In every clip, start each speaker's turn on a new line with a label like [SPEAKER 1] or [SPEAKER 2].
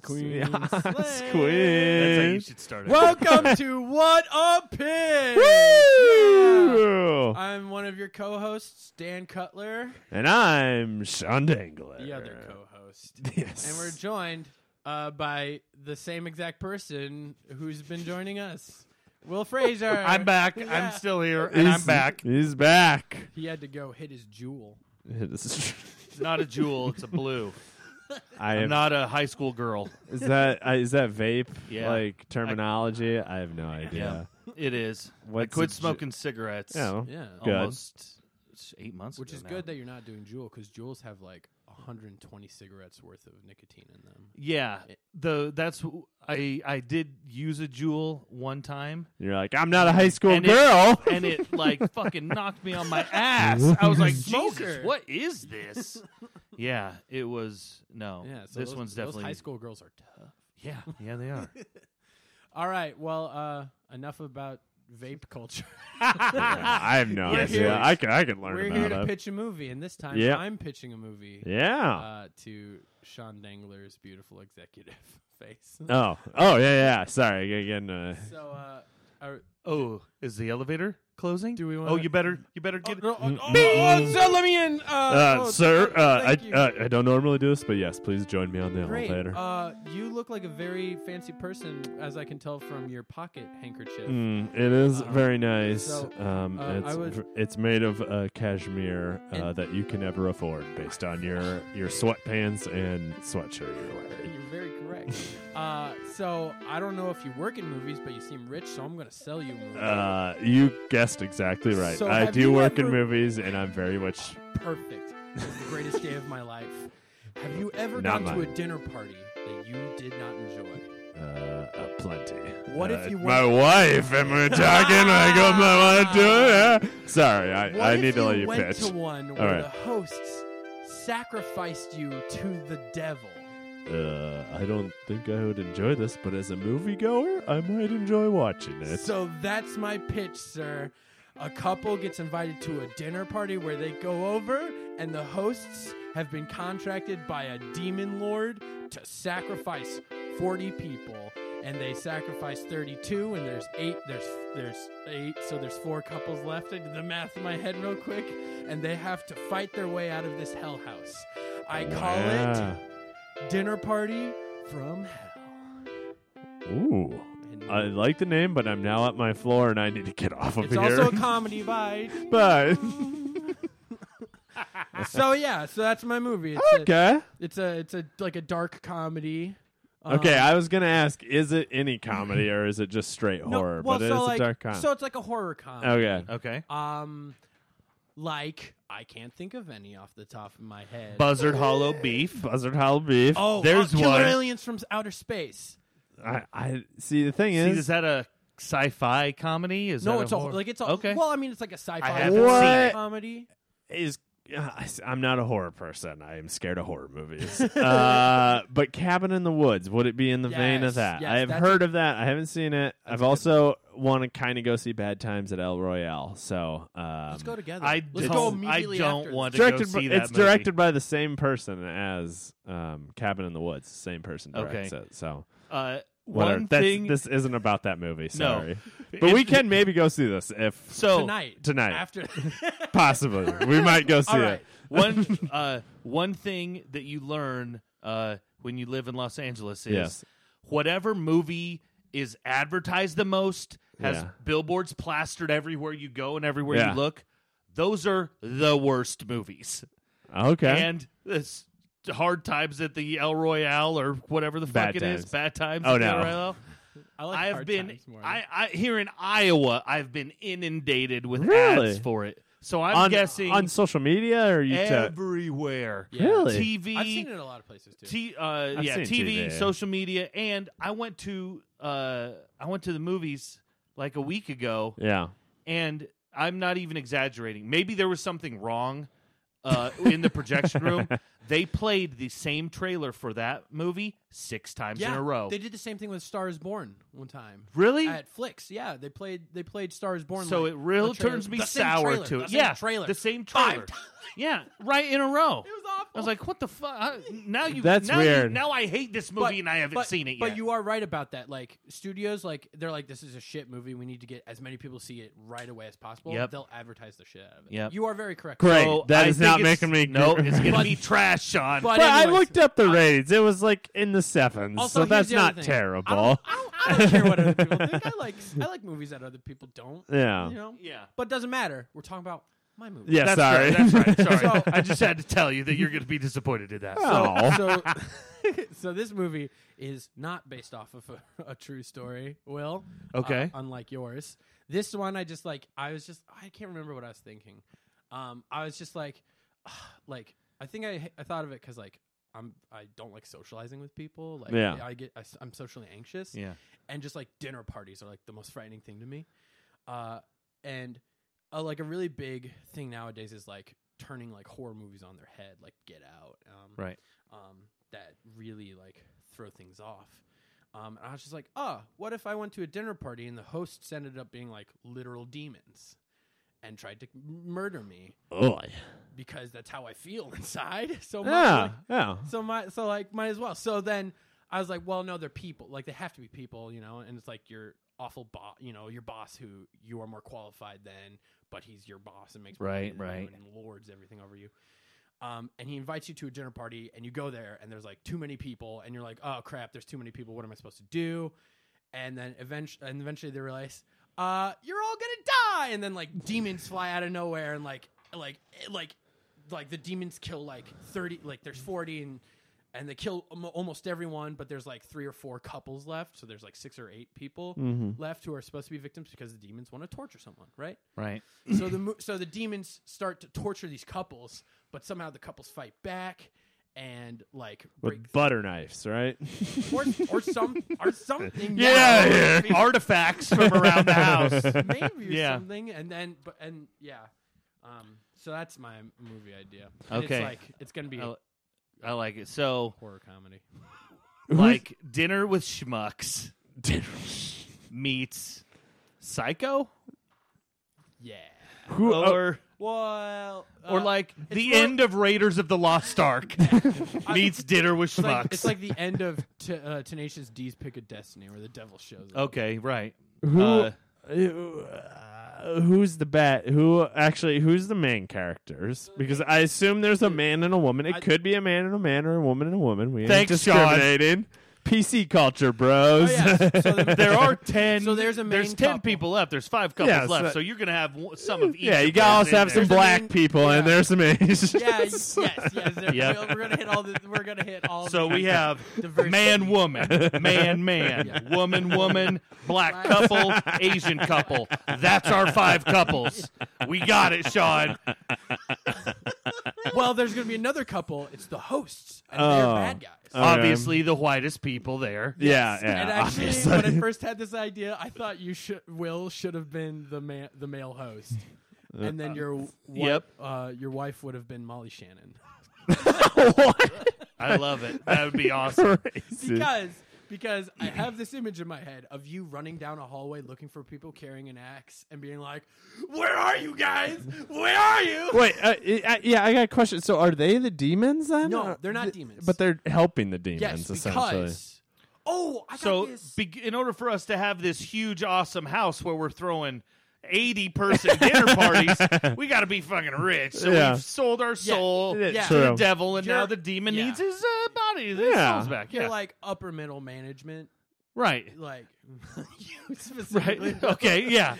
[SPEAKER 1] queen.
[SPEAKER 2] Slay.
[SPEAKER 1] Queen.
[SPEAKER 3] That's how you should start it.
[SPEAKER 2] Welcome to What a Pitch!
[SPEAKER 1] Woo!
[SPEAKER 2] I'm one of your co-hosts, Dan Cutler,
[SPEAKER 1] And I'm Sean Dangler.
[SPEAKER 2] the other co-host,
[SPEAKER 1] Yes.
[SPEAKER 2] and we're joined uh, by the same exact person who's been joining us, Will Fraser.
[SPEAKER 3] I'm back.
[SPEAKER 2] Yeah.
[SPEAKER 3] I'm still here, and I'm
[SPEAKER 1] He's-
[SPEAKER 3] back.
[SPEAKER 1] He's back.
[SPEAKER 2] He had to go hit his jewel.
[SPEAKER 1] This is true.
[SPEAKER 3] It's not a jewel. It's a blue.
[SPEAKER 1] I
[SPEAKER 3] I'm
[SPEAKER 1] am,
[SPEAKER 3] not a high school girl.
[SPEAKER 1] is that uh, is that vape
[SPEAKER 3] Yeah.
[SPEAKER 1] like terminology? I, have no idea.
[SPEAKER 3] It is. I
[SPEAKER 1] What's
[SPEAKER 3] quit
[SPEAKER 1] a ju-
[SPEAKER 3] smoking cigarettes.
[SPEAKER 1] Yeah.
[SPEAKER 2] Yeah,
[SPEAKER 1] Good.
[SPEAKER 3] Almost it's eight months
[SPEAKER 2] which
[SPEAKER 3] ago
[SPEAKER 2] is
[SPEAKER 3] now.
[SPEAKER 2] good that you're not doing jewel because jewels have like 120 cigarettes worth of nicotine in them.
[SPEAKER 3] yeah. The that's w- I I did use a jewel one time.
[SPEAKER 1] You're like, I'm not a high school
[SPEAKER 3] And it-
[SPEAKER 1] girl.
[SPEAKER 3] and it like fucking knocked me on my ass. I was like,
[SPEAKER 2] Smoker.
[SPEAKER 3] Jesus, what is this? Yeah, it was no.
[SPEAKER 2] Yeah, so
[SPEAKER 3] this
[SPEAKER 2] those-
[SPEAKER 3] one's
[SPEAKER 2] those
[SPEAKER 3] definitely
[SPEAKER 2] high school girls are tough.
[SPEAKER 3] Yeah, yeah, they are.
[SPEAKER 2] All right, well, uh, enough about vape culture.
[SPEAKER 1] Yeah, I have no
[SPEAKER 2] We're here-
[SPEAKER 1] idea. I can, I can learn
[SPEAKER 2] We're here
[SPEAKER 1] about
[SPEAKER 2] to
[SPEAKER 1] it.
[SPEAKER 2] pitch a movie, and this time
[SPEAKER 1] Yeah.
[SPEAKER 2] I'm pitching a movie
[SPEAKER 1] yeah.
[SPEAKER 2] uh, to Sean Dangler's beautiful executive face.
[SPEAKER 1] oh. Oh yeah. Yeah. Sorry. Again. Uh,
[SPEAKER 2] so, uh, are,
[SPEAKER 3] Oh, is the elevator closing?
[SPEAKER 2] Do we
[SPEAKER 3] Oh,
[SPEAKER 2] wanna-
[SPEAKER 3] you better, you better get.
[SPEAKER 2] oh, oh,
[SPEAKER 1] Beep.
[SPEAKER 2] oh, so let me in, uh,
[SPEAKER 1] Mm, uh,
[SPEAKER 2] oh,
[SPEAKER 1] sir,
[SPEAKER 2] th-
[SPEAKER 1] uh,
[SPEAKER 2] thank
[SPEAKER 1] I,
[SPEAKER 2] you.
[SPEAKER 1] uh, I don't normally do this, but yes, please join me on the
[SPEAKER 2] Great.
[SPEAKER 1] elevator.
[SPEAKER 2] Uh, you look like a very fancy person, as I can tell from your pocket handkerchief.
[SPEAKER 1] Mm, it is
[SPEAKER 2] Uh,
[SPEAKER 1] very nice.
[SPEAKER 2] so,
[SPEAKER 1] um,
[SPEAKER 2] uh, I
[SPEAKER 1] it's
[SPEAKER 2] would-
[SPEAKER 1] v- it's made of uh, cashmere uh,
[SPEAKER 2] And-
[SPEAKER 1] that you can never afford, based on your your sweatpants and sweatshirt you're wearing.
[SPEAKER 2] You're very correct. uh, so I don't know if you work in movies, but you seem rich, so I'm gonna sell you a movie.
[SPEAKER 1] Uh, you guessed exactly right.
[SPEAKER 2] So
[SPEAKER 1] I
[SPEAKER 2] have
[SPEAKER 1] do
[SPEAKER 2] you
[SPEAKER 1] work in
[SPEAKER 2] ever-
[SPEAKER 1] movies, and I'm very much
[SPEAKER 2] perfect. It was the greatest day of my life. Have you ever
[SPEAKER 1] Not
[SPEAKER 2] gone to a
[SPEAKER 1] mine.
[SPEAKER 2] dinner party that you did not enjoy?
[SPEAKER 1] uh, uh, plenty.
[SPEAKER 2] What
[SPEAKER 1] Uh,
[SPEAKER 2] if you
[SPEAKER 1] my wife? Am I talking? I got my wife doing it. Sorry,
[SPEAKER 2] What
[SPEAKER 1] I, I
[SPEAKER 2] if
[SPEAKER 1] need to let you
[SPEAKER 2] went
[SPEAKER 1] pitch.
[SPEAKER 2] to one where
[SPEAKER 1] right.
[SPEAKER 2] the hosts sacrificed you to the devil?
[SPEAKER 1] Uh, I don't think I would enjoy this, but as a moviegoer, I might enjoy watching it.
[SPEAKER 2] So that's my pitch, sir. A couple gets invited to a dinner party where they go over, and the hosts have been contracted by a demon lord to sacrifice 40 people. And they sacrifice 32, and there's eight. There's there's eight, so there's four couples left. I did the math in my head real quick, and they have to fight their way out of this hell house. I call
[SPEAKER 1] Yeah.
[SPEAKER 2] it dinner party from hell.
[SPEAKER 1] Ooh.
[SPEAKER 2] And
[SPEAKER 1] I like the name, but I'm now at my floor and I need to get off of
[SPEAKER 2] it's
[SPEAKER 1] here.
[SPEAKER 2] also a comedy by
[SPEAKER 1] but
[SPEAKER 2] so yeah, so that's my movie. It's a,
[SPEAKER 1] okay,
[SPEAKER 2] it's a it's a like a dark comedy. Um,
[SPEAKER 1] okay. I was gonna ask, is it any comedy or is it just straight
[SPEAKER 2] no,
[SPEAKER 1] horror?
[SPEAKER 2] well,
[SPEAKER 1] but it
[SPEAKER 2] so
[SPEAKER 1] is
[SPEAKER 2] like,
[SPEAKER 1] a dark comedy.
[SPEAKER 2] So Uh, it's like a horror comedy.
[SPEAKER 1] okay,
[SPEAKER 3] Okay,
[SPEAKER 2] Um, like I can't think of any off the top of my head.
[SPEAKER 3] buzzard hollow beef.
[SPEAKER 1] Buzzard Howl beef.
[SPEAKER 2] oh, uh,
[SPEAKER 3] there's
[SPEAKER 2] Killer
[SPEAKER 3] one.
[SPEAKER 2] Aliens from Outer Space.
[SPEAKER 1] I, I see. The thing
[SPEAKER 3] See,
[SPEAKER 1] is,
[SPEAKER 3] is that a sci-fi comedy? Is
[SPEAKER 2] no,
[SPEAKER 3] that
[SPEAKER 2] it's
[SPEAKER 3] a
[SPEAKER 2] a,
[SPEAKER 3] horror?
[SPEAKER 2] like it's a
[SPEAKER 3] okay.
[SPEAKER 2] Well, I mean, it's like a sci-fi
[SPEAKER 3] I haven't
[SPEAKER 2] horror
[SPEAKER 1] seen it.
[SPEAKER 2] comedy.
[SPEAKER 1] is uh, I'm not a horror person. I am scared of horror movies. uh, but Cabin in the Woods, would it be in the vein
[SPEAKER 2] Yes,
[SPEAKER 1] of that?
[SPEAKER 2] yes,
[SPEAKER 1] I have
[SPEAKER 2] that's
[SPEAKER 1] heard of that. I haven't seen it. I've also want to kind of go see Bad Times at El Royale. So um,
[SPEAKER 2] Let's go together.
[SPEAKER 3] I
[SPEAKER 2] Let's
[SPEAKER 3] don't-
[SPEAKER 2] go
[SPEAKER 3] I
[SPEAKER 2] immediately
[SPEAKER 3] don't
[SPEAKER 2] after
[SPEAKER 3] want
[SPEAKER 2] this.
[SPEAKER 3] to go
[SPEAKER 1] directed by,
[SPEAKER 3] see that
[SPEAKER 1] it's
[SPEAKER 3] movie.
[SPEAKER 1] directed by the same person as um, Cabin in the Woods. Same person directs
[SPEAKER 3] Okay.
[SPEAKER 1] it. So
[SPEAKER 3] uh,
[SPEAKER 1] whatever.
[SPEAKER 3] one
[SPEAKER 1] That's,
[SPEAKER 3] thing.
[SPEAKER 1] This isn't about that movie. Sorry, but
[SPEAKER 3] If-
[SPEAKER 1] we can maybe go see this if
[SPEAKER 3] so
[SPEAKER 2] tonight.
[SPEAKER 1] tonight.
[SPEAKER 2] after.
[SPEAKER 1] possibly we might go see
[SPEAKER 2] All right.
[SPEAKER 1] it.
[SPEAKER 3] one uh, one thing that you learn uh, when you live in Los Angeles is
[SPEAKER 1] Yes.
[SPEAKER 3] whatever movie is advertised the most has
[SPEAKER 1] Yeah.
[SPEAKER 3] billboards plastered everywhere you go and everywhere
[SPEAKER 1] Yeah.
[SPEAKER 3] you look. Those are the worst movies,
[SPEAKER 1] Okay.
[SPEAKER 3] and this hard times at the El Royale or whatever the
[SPEAKER 1] Bad
[SPEAKER 3] fuck it is.
[SPEAKER 1] times.
[SPEAKER 3] bad times.
[SPEAKER 1] Oh,
[SPEAKER 3] at the El
[SPEAKER 1] no.
[SPEAKER 3] Royale.
[SPEAKER 2] I like
[SPEAKER 3] I've
[SPEAKER 2] hard
[SPEAKER 3] been
[SPEAKER 2] times more.
[SPEAKER 3] I, I here in Iowa. I've been inundated with
[SPEAKER 1] Really?
[SPEAKER 3] ads for it. So I'm
[SPEAKER 1] on,
[SPEAKER 3] guessing
[SPEAKER 1] on social media or you took
[SPEAKER 3] everywhere.
[SPEAKER 2] Yeah.
[SPEAKER 1] Really?
[SPEAKER 3] TV,
[SPEAKER 2] I've seen it in a lot of places too.
[SPEAKER 3] T, uh, yeah,
[SPEAKER 1] seen
[SPEAKER 3] TV,
[SPEAKER 1] TV.
[SPEAKER 3] social media, and I went to uh, I went to the movies like a week ago,
[SPEAKER 1] Yeah.
[SPEAKER 3] and I'm not even exaggerating. Maybe there was something wrong uh, in the projection room. They played the same trailer for that movie six times
[SPEAKER 2] yeah,
[SPEAKER 3] in a row.
[SPEAKER 2] They did the same thing with Stars Born one time.
[SPEAKER 3] really?
[SPEAKER 2] at Flicks. Yeah, they played they played Stars Born.
[SPEAKER 3] so
[SPEAKER 2] like,
[SPEAKER 3] it real
[SPEAKER 2] the trailer-
[SPEAKER 3] turns me
[SPEAKER 2] the same
[SPEAKER 3] sour
[SPEAKER 2] trailer,
[SPEAKER 3] to
[SPEAKER 2] the
[SPEAKER 3] it.
[SPEAKER 2] same
[SPEAKER 3] yeah,
[SPEAKER 2] trailer.
[SPEAKER 3] the same
[SPEAKER 2] Five
[SPEAKER 3] trailer.
[SPEAKER 2] times.
[SPEAKER 3] yeah, right in a row.
[SPEAKER 2] It was
[SPEAKER 3] I was like, "What the fuck?" Now you.
[SPEAKER 1] That's
[SPEAKER 3] now You,
[SPEAKER 1] weird.
[SPEAKER 3] now I hate this movie and I haven't
[SPEAKER 2] but-
[SPEAKER 3] seen it
[SPEAKER 2] But
[SPEAKER 3] yet.
[SPEAKER 2] you are right about that. Like studios, like they're like, this is a shit movie. We need to get as many people to see it right away as possible.
[SPEAKER 3] Yep.
[SPEAKER 2] They'll advertise the shit out of it.
[SPEAKER 3] Yep.
[SPEAKER 2] You are very correct.
[SPEAKER 1] Great.
[SPEAKER 3] So
[SPEAKER 1] that
[SPEAKER 3] I
[SPEAKER 1] is
[SPEAKER 3] think
[SPEAKER 1] not
[SPEAKER 3] it's-
[SPEAKER 1] making me.
[SPEAKER 3] No, it's gonna
[SPEAKER 2] But-
[SPEAKER 3] be trash, Sean.
[SPEAKER 2] but
[SPEAKER 1] But I
[SPEAKER 2] anyways,
[SPEAKER 1] looked up the ratings. It was like in the sevens,
[SPEAKER 2] Also,
[SPEAKER 1] so
[SPEAKER 2] here's
[SPEAKER 1] that's
[SPEAKER 2] the other
[SPEAKER 1] not
[SPEAKER 2] thing. I
[SPEAKER 1] terrible.
[SPEAKER 2] don't, I don't, I don't care what other people think. I like I like movies that other people don't.
[SPEAKER 1] Yeah.
[SPEAKER 2] You know.
[SPEAKER 3] yeah.
[SPEAKER 2] But it doesn't matter. We're talking about my movie.
[SPEAKER 1] Yeah.
[SPEAKER 3] That's
[SPEAKER 1] sorry.
[SPEAKER 3] Right, that's right. Sorry.
[SPEAKER 2] So-
[SPEAKER 3] I just had to tell you that you're going to be disappointed in that.
[SPEAKER 1] Oh.
[SPEAKER 2] So, so, so this movie is not based off of a, a true story. Will
[SPEAKER 3] Okay.
[SPEAKER 2] uh, unlike yours, this one I just like. I was just I can't remember what I was thinking. Um, I was just like, like I think I I thought of it because like I'm I don't like socializing with people. Like
[SPEAKER 1] Yeah.
[SPEAKER 2] I get I, am socially anxious.
[SPEAKER 3] Yeah.
[SPEAKER 2] and just like dinner parties are like the most frightening thing to me. Uh, and uh, like a really big thing nowadays is like turning like horror movies on their head, like Get Out, um,
[SPEAKER 3] Right.
[SPEAKER 2] um, that really like throw things off. Um, and I was just like, oh, what if I went to a dinner party and the hosts ended up being like literal demons and tried to m- murder me
[SPEAKER 1] Oh,
[SPEAKER 2] because that's how I feel inside. So my,
[SPEAKER 1] yeah,
[SPEAKER 2] like,
[SPEAKER 1] yeah.
[SPEAKER 2] so my so like might as well. So then I was like, well, no, they're people. Like they have to be people, you know. And it's like your awful boss, you know, your boss who you are more qualified than, but he's your boss and makes more money
[SPEAKER 3] Right,
[SPEAKER 2] than you
[SPEAKER 3] right.
[SPEAKER 2] and lords everything over you. Um, and he invites you to a dinner party, and you go there, and there's like too many people, and you're like, oh crap, there's too many people. What am I supposed to do? And then eventually, and eventually they realize, uh, you're all gonna die. And then like demons fly out of nowhere, and like like like like the demons kill like 30 like there's 40 and and they kill almo- almost everyone but there's like three or four couples left so there's like six or eight people
[SPEAKER 3] Mm-hmm.
[SPEAKER 2] left who are supposed to be victims because the demons want to torture someone right
[SPEAKER 3] Right.
[SPEAKER 2] so the mo- so the demons start to torture these couples but somehow the couples fight back and like break
[SPEAKER 1] With butter knives, right?
[SPEAKER 2] or, or some or something
[SPEAKER 1] Get outta
[SPEAKER 2] yeah.
[SPEAKER 1] here.
[SPEAKER 3] Artifacts from around the house.
[SPEAKER 2] maybe or
[SPEAKER 3] Yeah.
[SPEAKER 2] something and then but and yeah um so that's my movie idea And
[SPEAKER 3] Okay.
[SPEAKER 2] it's like it's gonna be
[SPEAKER 3] I,
[SPEAKER 2] a
[SPEAKER 3] I like it. So,
[SPEAKER 2] horror comedy
[SPEAKER 3] like dinner with schmucks meets psycho
[SPEAKER 2] yeah
[SPEAKER 1] Who uh, oh,
[SPEAKER 3] or
[SPEAKER 2] Well,
[SPEAKER 3] or
[SPEAKER 2] uh,
[SPEAKER 3] like
[SPEAKER 2] it's
[SPEAKER 3] the
[SPEAKER 2] more-
[SPEAKER 3] end of Raiders of the Lost Ark meets dinner with
[SPEAKER 2] It's
[SPEAKER 3] schmucks.
[SPEAKER 2] like, it's like the end of t- uh, Tenacious D's Pick of Destiny, where the devil shows up.
[SPEAKER 3] okay, right.
[SPEAKER 1] who?
[SPEAKER 3] Uh,
[SPEAKER 1] uh, who's the bat? Who actually? Who's the main characters? Because I assume there's a man and a woman. It
[SPEAKER 2] I-
[SPEAKER 1] could be a man and a man or a woman and a woman. We ain't
[SPEAKER 3] Thanks, Sean.
[SPEAKER 1] discriminating. PC culture, bros.
[SPEAKER 2] Oh, yeah, so- so the-
[SPEAKER 3] there are ten.
[SPEAKER 2] So there's a
[SPEAKER 3] there's
[SPEAKER 2] main
[SPEAKER 3] ten
[SPEAKER 2] couple.
[SPEAKER 3] people left. There's five couples
[SPEAKER 1] Yeah, so-
[SPEAKER 3] left. So, you're gonna have w- some of each.
[SPEAKER 1] Yeah, you
[SPEAKER 3] of
[SPEAKER 1] gotta
[SPEAKER 3] those
[SPEAKER 1] also
[SPEAKER 3] in
[SPEAKER 1] have
[SPEAKER 3] there.
[SPEAKER 1] some black
[SPEAKER 2] There's a main-
[SPEAKER 1] people, and
[SPEAKER 2] yeah.
[SPEAKER 1] there's some Asians.
[SPEAKER 2] Yeah. Yes. Yes. yes there-
[SPEAKER 3] Yep.
[SPEAKER 2] we'll- We're gonna hit all the. We're gonna hit all.
[SPEAKER 3] So
[SPEAKER 2] the
[SPEAKER 3] we have
[SPEAKER 2] diversity.
[SPEAKER 3] man, woman, man, man,
[SPEAKER 2] Yeah.
[SPEAKER 3] woman, woman,
[SPEAKER 2] Black.
[SPEAKER 3] black couple, Asian couple. That's our five couples. We got it, Sean.
[SPEAKER 2] Well, there's gonna be another couple. It's the hosts, and
[SPEAKER 1] Oh.
[SPEAKER 2] they're bad guys.
[SPEAKER 1] Okay.
[SPEAKER 3] Obviously, the whitest people there.
[SPEAKER 1] yeah, yeah.
[SPEAKER 2] and actually,
[SPEAKER 1] obviously.
[SPEAKER 2] when I first had this idea, I thought you should Will should have been the man, the male host, and then your wi-
[SPEAKER 3] yep.
[SPEAKER 2] uh, your wife would have been Molly Shannon.
[SPEAKER 3] I love it. That would be awesome.
[SPEAKER 1] Racist.
[SPEAKER 2] because because I have this image in my head of you running down a hallway looking for people carrying an axe and being like, "Where are you guys? Where are you?"
[SPEAKER 1] Wait, uh, I- I- yeah, I got a question. So, are they the demons then?
[SPEAKER 2] No,
[SPEAKER 1] Or-
[SPEAKER 2] they're not
[SPEAKER 1] th-
[SPEAKER 2] demons.
[SPEAKER 1] but they're helping the demons
[SPEAKER 2] yes,
[SPEAKER 1] essentially.
[SPEAKER 2] because oh, I got
[SPEAKER 3] So,
[SPEAKER 2] this.
[SPEAKER 3] be- in order for us to have this huge, awesome house where we're throwing. 80 person dinner parties, we got to be fucking rich. So
[SPEAKER 1] Yeah.
[SPEAKER 3] we've sold our
[SPEAKER 2] Yeah.
[SPEAKER 3] soul
[SPEAKER 1] Yeah,
[SPEAKER 3] to the
[SPEAKER 1] true.
[SPEAKER 3] devil, and now
[SPEAKER 2] You're-
[SPEAKER 3] the demon
[SPEAKER 2] yeah.
[SPEAKER 3] needs his uh, body, his
[SPEAKER 1] Yeah.
[SPEAKER 3] souls back.
[SPEAKER 2] You're
[SPEAKER 3] Yeah.
[SPEAKER 2] like upper middle management,
[SPEAKER 3] right.
[SPEAKER 2] like you specifically.
[SPEAKER 3] Right. Okay. Yeah.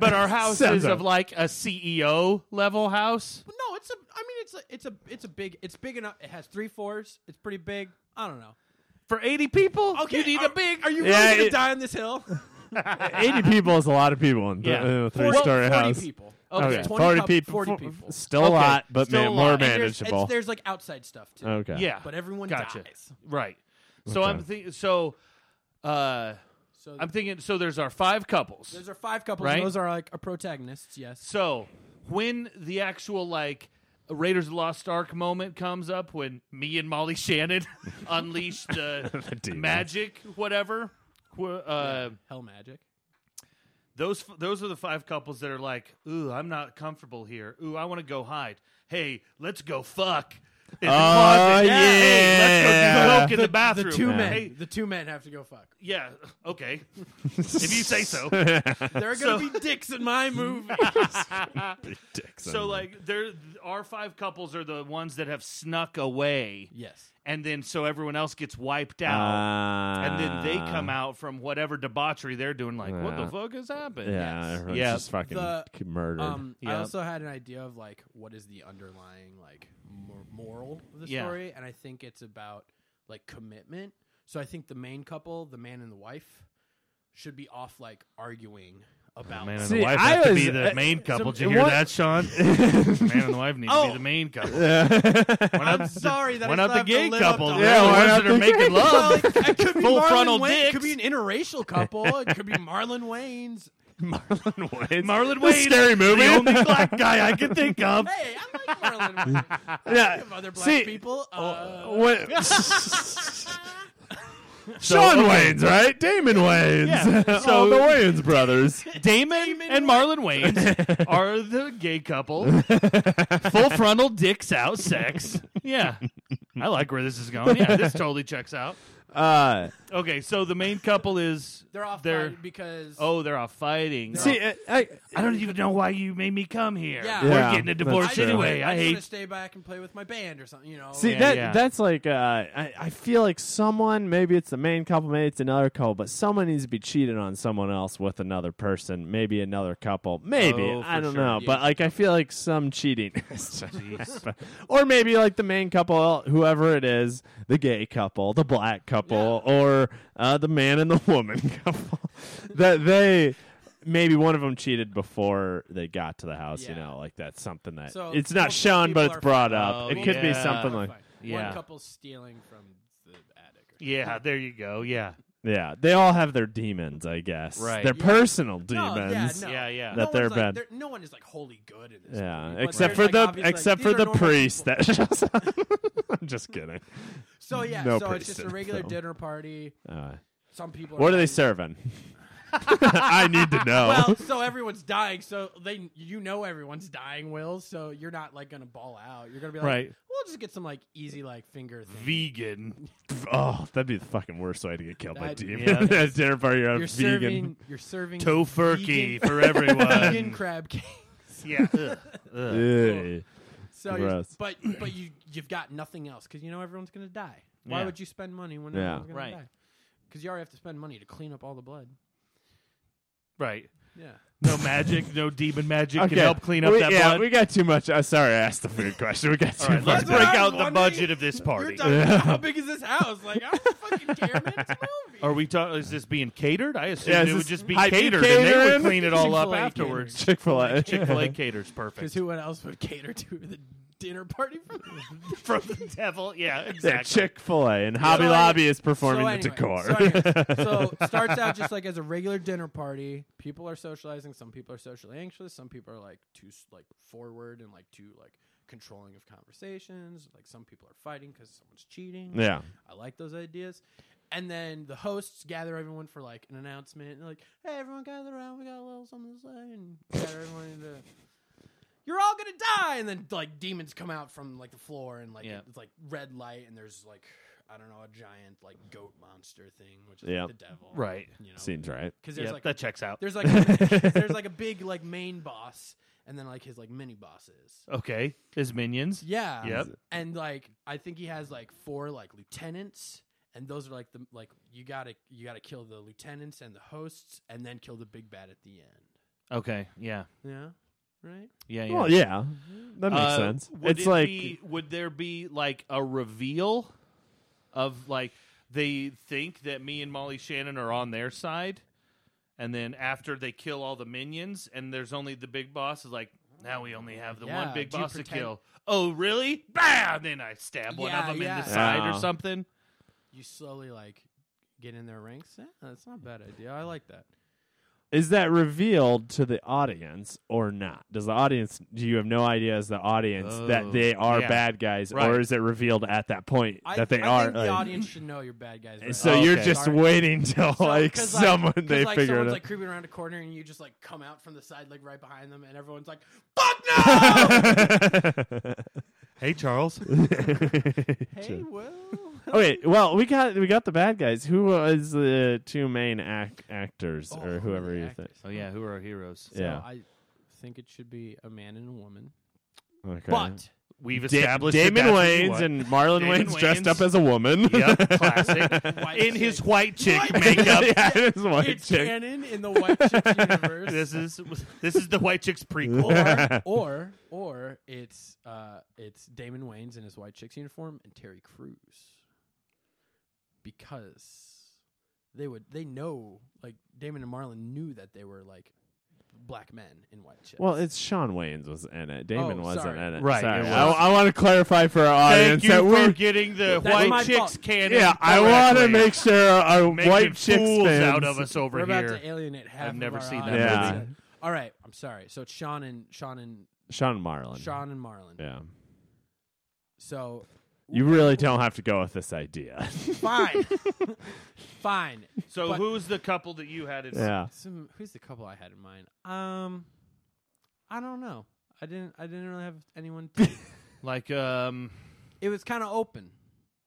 [SPEAKER 3] But our house
[SPEAKER 1] Sounds
[SPEAKER 3] is
[SPEAKER 1] up.
[SPEAKER 3] of like a CEO level house.
[SPEAKER 2] But no, it's a. I mean, it's a. It's a. It's a big. It's big enough. It has three floors. It's pretty big. I don't know.
[SPEAKER 3] For 80 people,
[SPEAKER 2] Okay,
[SPEAKER 3] you need
[SPEAKER 2] are,
[SPEAKER 3] a big.
[SPEAKER 2] Are you
[SPEAKER 1] Yeah,
[SPEAKER 2] really gonna
[SPEAKER 1] it-
[SPEAKER 2] die on this hill?
[SPEAKER 1] 80 people is a lot of people in th-
[SPEAKER 3] Yeah.
[SPEAKER 1] in a
[SPEAKER 2] Forty-
[SPEAKER 1] three story
[SPEAKER 2] forty
[SPEAKER 1] house.
[SPEAKER 2] people.
[SPEAKER 1] Okay,
[SPEAKER 2] There's 20
[SPEAKER 1] 40
[SPEAKER 2] cou-
[SPEAKER 1] people.
[SPEAKER 2] 40
[SPEAKER 1] Fo-
[SPEAKER 2] people.
[SPEAKER 1] Still a
[SPEAKER 3] Okay,
[SPEAKER 1] lot, but
[SPEAKER 3] still
[SPEAKER 1] man,
[SPEAKER 3] a
[SPEAKER 1] more
[SPEAKER 3] lot.
[SPEAKER 2] And there's-
[SPEAKER 1] manageable.
[SPEAKER 2] It's, there's like outside stuff too.
[SPEAKER 1] okay.
[SPEAKER 3] Yeah.
[SPEAKER 2] But everyone
[SPEAKER 3] Gotcha.
[SPEAKER 2] dies.
[SPEAKER 3] right. So I'm thinking. So, uh,
[SPEAKER 2] So
[SPEAKER 3] I'm thinking. So there's our five couples.
[SPEAKER 2] those are five couples.
[SPEAKER 3] Right?
[SPEAKER 2] And those are like our protagonists. Yes.
[SPEAKER 3] So when the actual like Raiders of the Lost Ark moment comes up, when me and Molly Shannon unleash the,
[SPEAKER 1] The demon.
[SPEAKER 3] magic, whatever. wh- Uh,
[SPEAKER 2] Hell magic.
[SPEAKER 3] those those are the five couples that are like, ooh, I'm not comfortable here. Ooh, I want to go hide. Hey, let's go fuck. in the
[SPEAKER 1] Oh,
[SPEAKER 3] closet. Hey, let's go
[SPEAKER 1] yeah.
[SPEAKER 3] do coke in the, bathroom.
[SPEAKER 2] The two
[SPEAKER 3] Hey,
[SPEAKER 2] men. The two men have to go fuck.
[SPEAKER 3] yeah. Okay. if you say so.
[SPEAKER 2] There are gonna
[SPEAKER 3] So-
[SPEAKER 2] be dicks in my movie.
[SPEAKER 1] Dicks
[SPEAKER 3] So
[SPEAKER 1] on
[SPEAKER 3] like there our five couples are the ones that have snuck away
[SPEAKER 2] yes.
[SPEAKER 3] and then so everyone else gets wiped
[SPEAKER 1] them.
[SPEAKER 3] out
[SPEAKER 1] Ah.
[SPEAKER 3] and then they come out from whatever debauchery they're doing like what the
[SPEAKER 1] Yeah.
[SPEAKER 3] fuck has happened?
[SPEAKER 1] Yeah,
[SPEAKER 2] Yes.
[SPEAKER 1] everyone's
[SPEAKER 3] Yeah.
[SPEAKER 1] just fucking
[SPEAKER 2] The,
[SPEAKER 1] c- murdered.
[SPEAKER 2] Um, I
[SPEAKER 3] Yeah.
[SPEAKER 2] also had an idea of like what is the underlying like mor- moral of the
[SPEAKER 3] Yeah.
[SPEAKER 2] story, and I think it's about like commitment. So I think the main couple, the man and the wife, should be off like arguing about.
[SPEAKER 3] Oh, Man and
[SPEAKER 1] See,
[SPEAKER 3] the wife
[SPEAKER 1] I
[SPEAKER 3] have to be
[SPEAKER 1] was-
[SPEAKER 3] the
[SPEAKER 1] uh,
[SPEAKER 3] main
[SPEAKER 1] so-
[SPEAKER 3] couple. Did you hear
[SPEAKER 1] what-
[SPEAKER 3] that, Sean? man and the wife need to
[SPEAKER 2] Oh.
[SPEAKER 3] be the main couple.
[SPEAKER 1] Yeah.
[SPEAKER 3] Why not
[SPEAKER 2] I'm sorry that
[SPEAKER 3] why
[SPEAKER 2] I
[SPEAKER 3] not the
[SPEAKER 2] slept a
[SPEAKER 3] gay
[SPEAKER 2] little
[SPEAKER 3] couple?
[SPEAKER 2] dark.
[SPEAKER 3] They're the
[SPEAKER 1] Yeah, why
[SPEAKER 3] ones
[SPEAKER 1] not
[SPEAKER 3] that are
[SPEAKER 1] the gay
[SPEAKER 3] making
[SPEAKER 2] Well,
[SPEAKER 3] love.
[SPEAKER 2] it could be
[SPEAKER 3] Full
[SPEAKER 2] Marlon
[SPEAKER 3] frontal
[SPEAKER 2] Wayne. It
[SPEAKER 3] dicks.
[SPEAKER 2] could be an interracial couple. It could be Marlon Wayne's.
[SPEAKER 1] Marlon Wayne.
[SPEAKER 3] Marlon
[SPEAKER 1] This
[SPEAKER 3] Wayne,
[SPEAKER 1] Scary movie.
[SPEAKER 3] The only black guy I can think of.
[SPEAKER 2] Hey, I like Marlon Wayne. I
[SPEAKER 1] yeah.
[SPEAKER 2] have other black
[SPEAKER 1] See,
[SPEAKER 2] people.
[SPEAKER 3] oh,
[SPEAKER 2] Uh,
[SPEAKER 1] What? Sean
[SPEAKER 3] okay.
[SPEAKER 1] Wayne's right. Damon Wayne's.
[SPEAKER 3] Yeah, so-
[SPEAKER 1] so the Wayne's brothers.
[SPEAKER 3] Damon, and Marlon Wayans are the gay couple. Full frontal dicks out sex. Yeah. I like where this is going. Yeah, this totally checks out.
[SPEAKER 1] Uh,
[SPEAKER 3] Okay, so the main couple is
[SPEAKER 2] they're off
[SPEAKER 3] They're
[SPEAKER 2] fine because
[SPEAKER 3] oh, they're off fighting.
[SPEAKER 1] see, I, I,
[SPEAKER 3] I don't even know why you made me come here.
[SPEAKER 2] Yeah.
[SPEAKER 3] We're
[SPEAKER 1] Yeah,
[SPEAKER 3] getting a
[SPEAKER 1] that's
[SPEAKER 3] divorce
[SPEAKER 1] true.
[SPEAKER 3] anyway. I
[SPEAKER 2] just want to
[SPEAKER 3] hate
[SPEAKER 2] stay back and play with my band or something. You know,
[SPEAKER 1] see
[SPEAKER 3] Oh, Yeah,
[SPEAKER 1] that
[SPEAKER 3] yeah.
[SPEAKER 1] that's like uh, I, I feel like someone maybe it's the main couple, maybe it's another couple, but someone needs to be cheated on someone else with another person, maybe another couple, maybe
[SPEAKER 3] Oh, for
[SPEAKER 1] I don't
[SPEAKER 3] sure.
[SPEAKER 1] know,
[SPEAKER 2] Yeah.
[SPEAKER 1] but like I feel like some cheating, or maybe like the main couple, whoever it is, the gay couple, the black couple, or uh, the man and the woman couple, that they. Maybe one of them cheated before they got to the house. You
[SPEAKER 2] Yeah.
[SPEAKER 1] know, like that's something that
[SPEAKER 2] So
[SPEAKER 1] it's
[SPEAKER 2] both
[SPEAKER 1] not
[SPEAKER 2] those
[SPEAKER 1] shown, but
[SPEAKER 2] people
[SPEAKER 1] it's
[SPEAKER 2] are
[SPEAKER 1] brought
[SPEAKER 2] fine.
[SPEAKER 1] up.
[SPEAKER 3] Oh,
[SPEAKER 1] it could be
[SPEAKER 3] yeah.
[SPEAKER 1] something like
[SPEAKER 3] Yeah.
[SPEAKER 2] one couple's stealing from the attic. Or
[SPEAKER 3] Yeah, there you go. Yeah.
[SPEAKER 1] Yeah, they all have their demons, I guess.
[SPEAKER 3] Right.
[SPEAKER 1] Their
[SPEAKER 2] Yeah.
[SPEAKER 1] personal
[SPEAKER 2] No, yeah,
[SPEAKER 1] demons.
[SPEAKER 2] No.
[SPEAKER 3] Yeah, yeah.
[SPEAKER 1] That they're
[SPEAKER 2] one's like,
[SPEAKER 1] bad.
[SPEAKER 2] they're- No one is like wholly good in this.
[SPEAKER 1] Yeah,
[SPEAKER 2] movie, but
[SPEAKER 1] except for
[SPEAKER 2] there's, like,
[SPEAKER 1] the
[SPEAKER 2] obvious, like,
[SPEAKER 1] except
[SPEAKER 2] these
[SPEAKER 1] for
[SPEAKER 2] are
[SPEAKER 1] the
[SPEAKER 2] normal
[SPEAKER 1] priest
[SPEAKER 2] people.
[SPEAKER 1] that shows up. I'm just kidding.
[SPEAKER 2] So yeah,
[SPEAKER 1] no
[SPEAKER 2] so it's
[SPEAKER 1] priest
[SPEAKER 2] just a
[SPEAKER 1] in the
[SPEAKER 2] regular
[SPEAKER 1] film.
[SPEAKER 2] dinner party.
[SPEAKER 1] Uh,
[SPEAKER 2] Some people.
[SPEAKER 1] what are they Oh.
[SPEAKER 2] having-
[SPEAKER 1] serving? I need to know.
[SPEAKER 2] Well, so everyone's dying, so they you know everyone's dying, Will. So you're not like gonna ball out. You're gonna be like,
[SPEAKER 3] Right.
[SPEAKER 2] we'll just get some like easy like finger thing.
[SPEAKER 3] Vegan.
[SPEAKER 1] oh, that'd be the fucking worst way to get killed by
[SPEAKER 2] That-
[SPEAKER 1] demon.
[SPEAKER 3] yeah.
[SPEAKER 1] At a dinner party, you're, a
[SPEAKER 2] you're
[SPEAKER 1] uh, vegan.
[SPEAKER 2] serving. You're serving
[SPEAKER 3] Tofurkey
[SPEAKER 2] vegan-
[SPEAKER 3] for
[SPEAKER 2] vegan
[SPEAKER 3] everyone.
[SPEAKER 2] crab cake.
[SPEAKER 3] yeah. Ugh. Ugh.
[SPEAKER 1] Ugh.
[SPEAKER 2] So, you're,
[SPEAKER 1] Gross.
[SPEAKER 2] but but you you've got nothing else because you know everyone's gonna die. Why
[SPEAKER 3] Yeah.
[SPEAKER 2] would you spend money when
[SPEAKER 1] Yeah.
[SPEAKER 2] everyone's gonna
[SPEAKER 3] Right.
[SPEAKER 2] die? Because you already have to spend money to clean up all the blood.
[SPEAKER 3] Right.
[SPEAKER 2] Yeah.
[SPEAKER 3] No magic, no demon magic
[SPEAKER 1] Okay.
[SPEAKER 3] can help clean up
[SPEAKER 1] we,
[SPEAKER 3] that
[SPEAKER 1] yeah,
[SPEAKER 3] blood.
[SPEAKER 1] we got too much. Uh, sorry, I asked the food question. We got
[SPEAKER 3] All
[SPEAKER 1] too
[SPEAKER 3] right,
[SPEAKER 1] much.
[SPEAKER 3] let's
[SPEAKER 2] That's what
[SPEAKER 3] break
[SPEAKER 2] I was
[SPEAKER 3] out the
[SPEAKER 2] wondering.
[SPEAKER 3] budget of this party.
[SPEAKER 2] You're talking about how big is this house? Like I don't fucking care, man. It's a movie.
[SPEAKER 3] Are we talking? Is this being catered? I assume
[SPEAKER 1] Yeah,
[SPEAKER 3] it
[SPEAKER 1] is
[SPEAKER 3] would
[SPEAKER 1] this-
[SPEAKER 3] just be
[SPEAKER 1] I'd be
[SPEAKER 3] catered, and they would
[SPEAKER 1] catering.
[SPEAKER 3] clean it all up
[SPEAKER 2] Chick-fil-A
[SPEAKER 3] afterwards.
[SPEAKER 1] Chick fil A.
[SPEAKER 3] Chick Fil A caters
[SPEAKER 2] Because
[SPEAKER 3] perfect
[SPEAKER 2] who else would cater to the dinner party for
[SPEAKER 3] from the devil. Yeah,
[SPEAKER 1] Yeah,
[SPEAKER 3] exactly.
[SPEAKER 1] Chick fil A. And Hobby
[SPEAKER 2] So anyway-
[SPEAKER 1] Lobby is performing
[SPEAKER 2] so anyway,
[SPEAKER 1] the decor.
[SPEAKER 2] So, anyways, so it starts out just like as a regular dinner party. People are socializing. Some people are socially anxious. Some people are like too s- like forward and like too like controlling of conversations. Like some people are fighting because someone's cheating.
[SPEAKER 1] yeah.
[SPEAKER 2] I like those ideas. And then the hosts gather everyone for like an announcement. They're like, "Hey, everyone, gather around. We got a little something to say." And gather everyone into. You're all gonna die, and then like demons come out from like the floor, and like
[SPEAKER 3] Yeah.
[SPEAKER 2] it's like red light, and there's like I don't know a giant like goat monster thing, which is
[SPEAKER 1] Yeah.
[SPEAKER 2] like, the devil,
[SPEAKER 3] Right.
[SPEAKER 2] You know,
[SPEAKER 1] Seems right.
[SPEAKER 2] because there's
[SPEAKER 3] Yeah,
[SPEAKER 2] like
[SPEAKER 3] that checks out.
[SPEAKER 2] there's like a, there's like a big like main boss, and then like his like mini bosses.
[SPEAKER 3] Okay, his minions.
[SPEAKER 2] Yeah.
[SPEAKER 3] Yep.
[SPEAKER 2] And like I think he has like four like lieutenants and those are like the like you got to you got to kill the lieutenants and the hosts and then kill the big bad at the end.
[SPEAKER 3] Okay, yeah,
[SPEAKER 2] Yeah. Right?
[SPEAKER 3] yeah, yeah.
[SPEAKER 1] Well, yeah. That makes
[SPEAKER 3] Uh,
[SPEAKER 1] sense.
[SPEAKER 3] Would
[SPEAKER 1] It's
[SPEAKER 3] it
[SPEAKER 1] like
[SPEAKER 3] be- would there be like a reveal of like they think that me and Molly Shannon are on their side, and then after they kill all the minions, and there's only the big boss is like. Now we only have the
[SPEAKER 2] Yeah,
[SPEAKER 3] one big
[SPEAKER 2] do you
[SPEAKER 3] boss to
[SPEAKER 2] pretend-
[SPEAKER 3] kill. Oh, really? Bam! Then I stab one of
[SPEAKER 2] Yeah,
[SPEAKER 3] them in
[SPEAKER 2] yeah.
[SPEAKER 3] the side
[SPEAKER 1] Yeah.
[SPEAKER 3] or something.
[SPEAKER 2] You slowly like get in their ranks. Yeah, that's not a bad idea. I like that.
[SPEAKER 1] is that revealed to the audience or not? Does the audience do you have no idea as the audience
[SPEAKER 3] Oh,
[SPEAKER 1] that they are
[SPEAKER 3] yeah.
[SPEAKER 1] bad guys
[SPEAKER 3] Right.
[SPEAKER 1] or is it revealed at that point
[SPEAKER 2] I,
[SPEAKER 1] that they
[SPEAKER 2] I
[SPEAKER 1] are
[SPEAKER 2] think the
[SPEAKER 1] like-
[SPEAKER 2] audience should know you're bad guys. right
[SPEAKER 1] so
[SPEAKER 2] away.
[SPEAKER 3] Oh,
[SPEAKER 1] you're
[SPEAKER 3] okay.
[SPEAKER 1] just
[SPEAKER 2] Sorry.
[SPEAKER 1] waiting till
[SPEAKER 2] So,
[SPEAKER 1] like
[SPEAKER 2] 'cause,
[SPEAKER 1] someone
[SPEAKER 2] 'cause,
[SPEAKER 1] they
[SPEAKER 2] like,
[SPEAKER 1] figure it
[SPEAKER 2] someone's
[SPEAKER 1] out.
[SPEAKER 2] like creeping around a corner and you just like come out from the side like right behind them and everyone's like fuck no
[SPEAKER 4] Hey, Charles.
[SPEAKER 2] Hey, Will.
[SPEAKER 1] Okay, well, we got we got the bad guys. Who was the two main act- actors
[SPEAKER 2] Oh,
[SPEAKER 1] or whoever you think?
[SPEAKER 2] actors.
[SPEAKER 3] Oh yeah, who are our heroes?
[SPEAKER 2] So
[SPEAKER 1] Yeah.
[SPEAKER 2] I think it should be a man and a woman.
[SPEAKER 1] Okay.
[SPEAKER 2] But
[SPEAKER 3] We've
[SPEAKER 1] Da-
[SPEAKER 3] established that
[SPEAKER 1] Damon
[SPEAKER 3] that's who
[SPEAKER 1] Wayans
[SPEAKER 3] what-
[SPEAKER 1] and Marlon
[SPEAKER 3] Damon
[SPEAKER 1] Wayans, dressed
[SPEAKER 3] Wayans.
[SPEAKER 1] up as a woman.
[SPEAKER 3] Yep, classic.
[SPEAKER 2] White
[SPEAKER 3] in his
[SPEAKER 2] chick.
[SPEAKER 3] white chick
[SPEAKER 2] White
[SPEAKER 3] makeup.
[SPEAKER 1] yeah, it is white
[SPEAKER 2] it's
[SPEAKER 1] chick.
[SPEAKER 2] canon in the White Chicks universe.
[SPEAKER 3] This is this is the white chick's prequel.
[SPEAKER 2] or, or or it's uh it's Damon Wayans in his white chicks uniform and Terry Crews because they would they know like Damon and Marlon knew that they were like black men in white chicks.
[SPEAKER 1] Well, it's Sean Wayans was in it. Damon
[SPEAKER 2] Oh,
[SPEAKER 1] wasn't
[SPEAKER 2] sorry.
[SPEAKER 1] in it.
[SPEAKER 3] Right,
[SPEAKER 1] Sorry.
[SPEAKER 3] it
[SPEAKER 1] I,
[SPEAKER 3] was.
[SPEAKER 1] want to clarify for our audience
[SPEAKER 3] Thank you
[SPEAKER 1] that
[SPEAKER 3] for
[SPEAKER 1] we're.
[SPEAKER 3] getting the
[SPEAKER 2] That's my
[SPEAKER 3] white chick's
[SPEAKER 2] fault.
[SPEAKER 3] canon.
[SPEAKER 1] Yeah, I want to
[SPEAKER 3] correctly.
[SPEAKER 1] make sure our
[SPEAKER 3] Making
[SPEAKER 1] white chicks
[SPEAKER 3] fools
[SPEAKER 1] fans
[SPEAKER 3] out of us over
[SPEAKER 2] we're about
[SPEAKER 3] here.
[SPEAKER 2] to alienate half.
[SPEAKER 3] I've
[SPEAKER 2] of
[SPEAKER 3] never
[SPEAKER 2] our
[SPEAKER 3] seen that
[SPEAKER 2] audience.
[SPEAKER 1] movie.
[SPEAKER 2] All right, I'm sorry. So it's Sean and Sean and
[SPEAKER 1] Sean Marlon.
[SPEAKER 2] Sean and Marlon.
[SPEAKER 1] Yeah.
[SPEAKER 2] So
[SPEAKER 1] You really don't have to go with this idea.
[SPEAKER 2] fine, fine.
[SPEAKER 3] So
[SPEAKER 2] But-
[SPEAKER 3] who's the couple that you had? In
[SPEAKER 1] yeah.
[SPEAKER 2] Some, who's the couple I had in mind? Um, I don't know. I didn't. I didn't really have anyone. to-
[SPEAKER 3] Like um,
[SPEAKER 2] it was kind of open.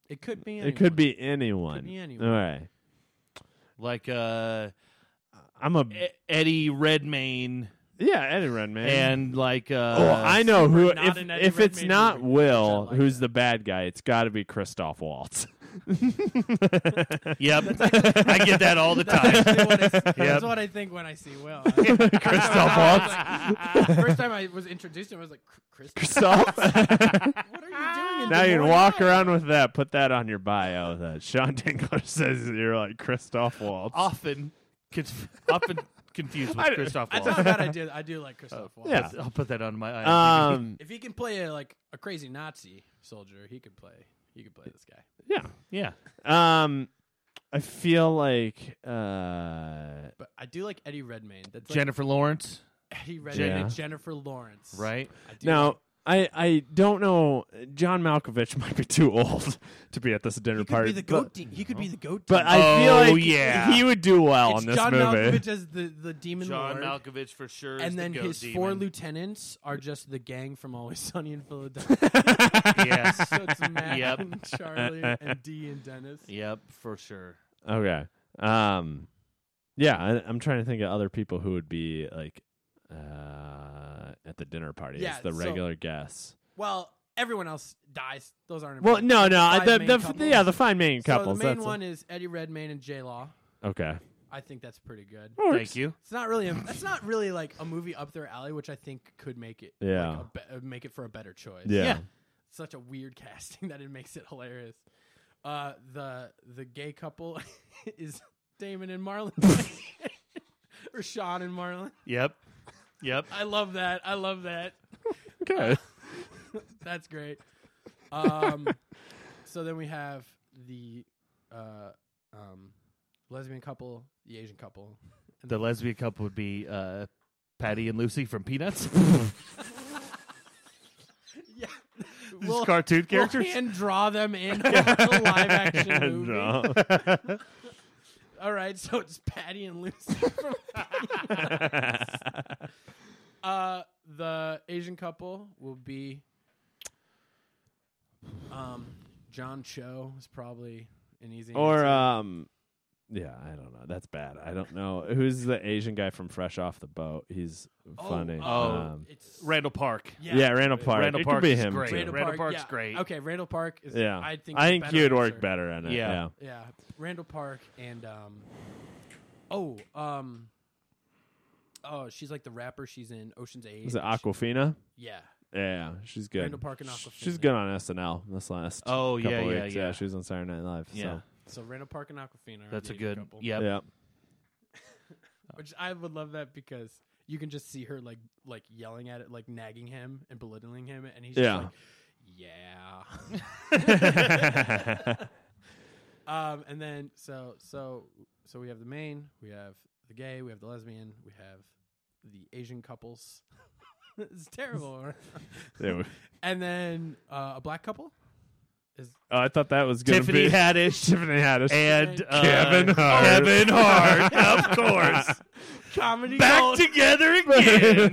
[SPEAKER 2] It could be. Anyone.
[SPEAKER 1] It could be anyone.
[SPEAKER 2] Could be anyone.
[SPEAKER 1] All right.
[SPEAKER 3] like uh,
[SPEAKER 1] I'm a.
[SPEAKER 3] E- Eddie Redmayne
[SPEAKER 1] yeah, Eddie Redmayne.
[SPEAKER 3] and like uh,
[SPEAKER 1] Oh, I know who.
[SPEAKER 2] not
[SPEAKER 1] If,
[SPEAKER 2] an Eddie
[SPEAKER 1] if it's
[SPEAKER 2] Redmayne
[SPEAKER 1] not
[SPEAKER 2] movie,
[SPEAKER 1] Will,
[SPEAKER 2] which I like
[SPEAKER 1] who's
[SPEAKER 2] that.
[SPEAKER 1] the bad guy, it's got to be Christoph Waltz.
[SPEAKER 3] Yep, I get that all the time.
[SPEAKER 2] That's what I- that's
[SPEAKER 3] Yep.
[SPEAKER 2] what I think when I see Will. Christoph Waltz. First time I was introduced to him, I was like, "Cr- Christoph, what
[SPEAKER 1] Christoph.
[SPEAKER 2] are you doing? in
[SPEAKER 1] now
[SPEAKER 2] Des
[SPEAKER 1] you can
[SPEAKER 2] Moines,
[SPEAKER 1] walk
[SPEAKER 2] Iowa?"
[SPEAKER 1] around with that. Put that on your bio. That Sean Dinkler says you're like Christoph Waltz.
[SPEAKER 3] often, conf- often confused
[SPEAKER 1] I-
[SPEAKER 3] with Christoph
[SPEAKER 2] I
[SPEAKER 3] Waltz.
[SPEAKER 2] tell that I do. I do like Christoph Waltz.
[SPEAKER 1] Oh, yeah.
[SPEAKER 3] I'll put that on my. IMDb.
[SPEAKER 1] Um.
[SPEAKER 2] If he can play a, like a crazy Nazi soldier, he could play. He could play this guy.
[SPEAKER 1] Yeah.
[SPEAKER 3] yeah,
[SPEAKER 1] Um. I feel like. Uh.
[SPEAKER 2] But I do like Eddie Redmayne. That's like
[SPEAKER 3] Jennifer Lawrence,
[SPEAKER 2] Eddie Redmayne
[SPEAKER 1] Yeah.
[SPEAKER 2] and Jennifer Lawrence.
[SPEAKER 3] right?
[SPEAKER 2] I do
[SPEAKER 1] Now. I, I don't know. John Malkovich might be too old to be at this dinner
[SPEAKER 2] He could
[SPEAKER 1] party.
[SPEAKER 2] be the
[SPEAKER 1] but-
[SPEAKER 2] goat. de- he could be the goat.
[SPEAKER 1] But
[SPEAKER 2] demon.
[SPEAKER 1] I feel
[SPEAKER 3] Oh,
[SPEAKER 1] like
[SPEAKER 3] yeah.
[SPEAKER 1] he would do well
[SPEAKER 2] it's
[SPEAKER 1] on this
[SPEAKER 2] John
[SPEAKER 1] movie.
[SPEAKER 2] Malkovich as the, the demon
[SPEAKER 3] John
[SPEAKER 2] lord,
[SPEAKER 3] Malkovich for sure. is
[SPEAKER 2] and
[SPEAKER 3] the
[SPEAKER 2] then
[SPEAKER 3] goat
[SPEAKER 2] his
[SPEAKER 3] demon.
[SPEAKER 2] four lieutenants are just the gang from Always Sunny in Philadelphia.
[SPEAKER 3] yes,
[SPEAKER 2] so it's Matt
[SPEAKER 3] Yep.
[SPEAKER 2] and Charlie and Dee and Dennis.
[SPEAKER 3] yep, for sure.
[SPEAKER 1] okay. Um. Yeah, I, I'm trying to think of other people who would be like uh, at the dinner party
[SPEAKER 2] Yeah,
[SPEAKER 1] as the
[SPEAKER 2] so-
[SPEAKER 1] regular guests.
[SPEAKER 2] Well, everyone else dies. Those aren't
[SPEAKER 1] Well,
[SPEAKER 2] important.
[SPEAKER 1] no, no,
[SPEAKER 2] Five
[SPEAKER 1] the,
[SPEAKER 2] main
[SPEAKER 1] the,
[SPEAKER 2] couples.
[SPEAKER 1] yeah, the fine main
[SPEAKER 2] So
[SPEAKER 1] couples.
[SPEAKER 2] the main
[SPEAKER 1] that's
[SPEAKER 2] one is Eddie Redmayne and J Law.
[SPEAKER 1] okay.
[SPEAKER 2] I think that's pretty good.
[SPEAKER 3] Thank you.
[SPEAKER 2] It's not really. A, that's not really like a movie up their alley, which I think could make it. like,
[SPEAKER 1] Yeah.
[SPEAKER 2] a be- uh, make it for a better choice.
[SPEAKER 1] Yeah.
[SPEAKER 3] Yeah.
[SPEAKER 2] such a weird casting that it makes it hilarious. Uh, the the gay couple is Damon and Marlon, or Sean and Marlon.
[SPEAKER 3] Yep, yep.
[SPEAKER 2] I love that. I love that.
[SPEAKER 1] Okay.
[SPEAKER 2] That's great. Um, so then we have the uh, um, lesbian couple, the Asian couple.
[SPEAKER 3] The lesbian couple would be uh, Patty and Lucy from Peanuts.
[SPEAKER 2] Yeah,
[SPEAKER 3] These cartoon characters.
[SPEAKER 2] We'll hand draw them in for the live action movie.
[SPEAKER 1] No.
[SPEAKER 2] All right, so it's Patty and Lucy. From uh, the Asian couple will be um, John Cho is probably an easy
[SPEAKER 1] or
[SPEAKER 2] answer.
[SPEAKER 1] um. Yeah, I don't know. That's bad. I don't know who's the Asian guy from Fresh Off the Boat. He's
[SPEAKER 2] Oh,
[SPEAKER 1] funny.
[SPEAKER 2] Oh,
[SPEAKER 1] um,
[SPEAKER 2] it's
[SPEAKER 3] Randall Park.
[SPEAKER 1] yeah, Randall Park.
[SPEAKER 3] Randall
[SPEAKER 1] it
[SPEAKER 3] Park
[SPEAKER 1] could be
[SPEAKER 3] is
[SPEAKER 1] him
[SPEAKER 3] great.
[SPEAKER 1] too.
[SPEAKER 2] Randall,
[SPEAKER 3] Randall
[SPEAKER 2] Park,
[SPEAKER 3] Park's
[SPEAKER 2] yeah.
[SPEAKER 3] great.
[SPEAKER 2] Okay, Randall Park is.
[SPEAKER 1] Yeah,
[SPEAKER 2] I think.
[SPEAKER 1] I
[SPEAKER 2] the
[SPEAKER 1] think
[SPEAKER 2] better
[SPEAKER 1] he would
[SPEAKER 2] answer.
[SPEAKER 1] work better in it.
[SPEAKER 3] Yeah.
[SPEAKER 1] Yeah,
[SPEAKER 2] Yeah, Randall Park and um, oh um, oh she's like the rapper. She's in Ocean's Eight.
[SPEAKER 1] is it Aquafina?
[SPEAKER 2] Yeah,
[SPEAKER 1] Yeah, she's good.
[SPEAKER 2] Randall Park and Aquafina.
[SPEAKER 1] She's good on SNL this last.
[SPEAKER 3] Oh,
[SPEAKER 1] couple
[SPEAKER 3] yeah, yeah,
[SPEAKER 1] weeks.
[SPEAKER 3] yeah.
[SPEAKER 1] She was on Saturday Night Live.
[SPEAKER 3] Yeah.
[SPEAKER 1] so.
[SPEAKER 2] So Randall Park and Aquafina. Are
[SPEAKER 3] That's a
[SPEAKER 2] the Asian
[SPEAKER 3] good.
[SPEAKER 2] Couple.
[SPEAKER 3] Yep.
[SPEAKER 1] yeah.
[SPEAKER 2] Which I would love that because you can just see her like like yelling at it, like nagging him and belittling him, and he's
[SPEAKER 1] Yeah.
[SPEAKER 2] just like, yeah. um, and then so so so we have the main, we have the gay, we have the lesbian, we have the Asian couples. it's terrible. right?
[SPEAKER 1] There we-
[SPEAKER 2] and then uh, a black couple.
[SPEAKER 1] Oh, I thought that was gonna
[SPEAKER 3] Tiffany
[SPEAKER 1] be
[SPEAKER 3] Haddish
[SPEAKER 1] Tiffany Haddish
[SPEAKER 3] and uh,
[SPEAKER 1] Kevin Hart.
[SPEAKER 3] Kevin Hart, of course.
[SPEAKER 2] Comedy
[SPEAKER 3] Back
[SPEAKER 2] gold.
[SPEAKER 3] together again.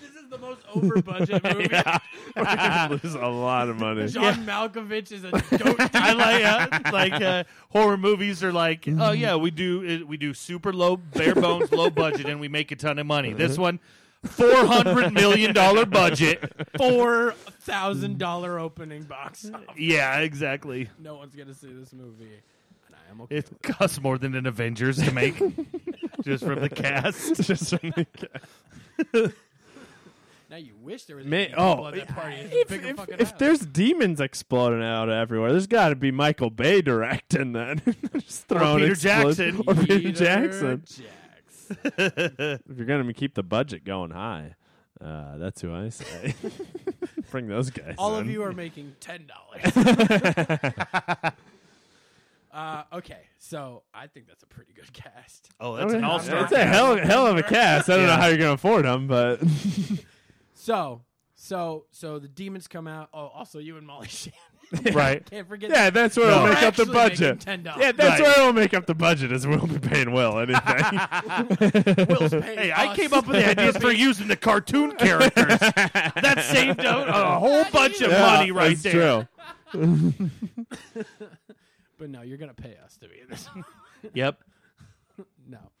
[SPEAKER 2] this is the most over budget movie.
[SPEAKER 1] We're gonna lose a lot of money.
[SPEAKER 2] John Malkovich is a dope
[SPEAKER 3] I like uh, like uh, horror movies are like oh
[SPEAKER 1] Mm-hmm.
[SPEAKER 3] yeah we do uh, we do super low bare bones low budget and we make a ton of money. This
[SPEAKER 1] Uh-huh.
[SPEAKER 3] one, four hundred million dollar budget.
[SPEAKER 2] four thousand dollar opening box.
[SPEAKER 1] Mm.
[SPEAKER 3] Yeah, exactly.
[SPEAKER 2] No one's gonna see this movie, and I am okay.
[SPEAKER 3] It costs more than an Avengers to make just from the cast.
[SPEAKER 1] Just from the
[SPEAKER 2] now you wish there was
[SPEAKER 1] May-
[SPEAKER 2] any
[SPEAKER 1] oh,
[SPEAKER 2] people at that party. It's a
[SPEAKER 1] if,
[SPEAKER 2] bigger
[SPEAKER 1] if-
[SPEAKER 2] fucking
[SPEAKER 1] if
[SPEAKER 2] house.
[SPEAKER 1] there's demons exploding out everywhere, there's got to be Michael Bay directing then. Just throwing
[SPEAKER 3] Peter
[SPEAKER 1] explos-
[SPEAKER 3] Jackson.
[SPEAKER 1] or Peter,
[SPEAKER 2] Peter
[SPEAKER 1] Jackson.
[SPEAKER 2] Jackson.
[SPEAKER 1] If you're gonna keep the budget going high, uh, that's who I say. Bring those guys.
[SPEAKER 2] All of
[SPEAKER 1] in.
[SPEAKER 2] you are making ten dollars. uh, okay, so I think that's a pretty good cast.
[SPEAKER 3] Oh, that's an
[SPEAKER 1] Okay.
[SPEAKER 3] all
[SPEAKER 2] all-star
[SPEAKER 1] That's
[SPEAKER 3] star.
[SPEAKER 1] a
[SPEAKER 2] cast.
[SPEAKER 1] hell, hell of a cast. I don't
[SPEAKER 3] Yeah.
[SPEAKER 1] know how you're gonna afford them, but
[SPEAKER 2] So, so, so the demons come out. Oh, also you and Molly Shannon.
[SPEAKER 3] Right.
[SPEAKER 2] Can't forget.
[SPEAKER 1] yeah, that's where
[SPEAKER 3] No.
[SPEAKER 1] we'll make up the
[SPEAKER 2] Actually making
[SPEAKER 1] budget.
[SPEAKER 2] $10.
[SPEAKER 1] Yeah, that's
[SPEAKER 3] Right.
[SPEAKER 1] where we'll make up the budget. Is we'll be paying Will anything.
[SPEAKER 2] Will's paying
[SPEAKER 3] Hey, I
[SPEAKER 2] us.
[SPEAKER 3] came up with the idea for using the cartoon characters. That saved out a whole bunch of
[SPEAKER 1] Yeah,
[SPEAKER 3] money right
[SPEAKER 1] that's
[SPEAKER 3] there.
[SPEAKER 1] True.
[SPEAKER 2] but no, you're gonna pay us to be in this.
[SPEAKER 3] Yep.
[SPEAKER 2] No.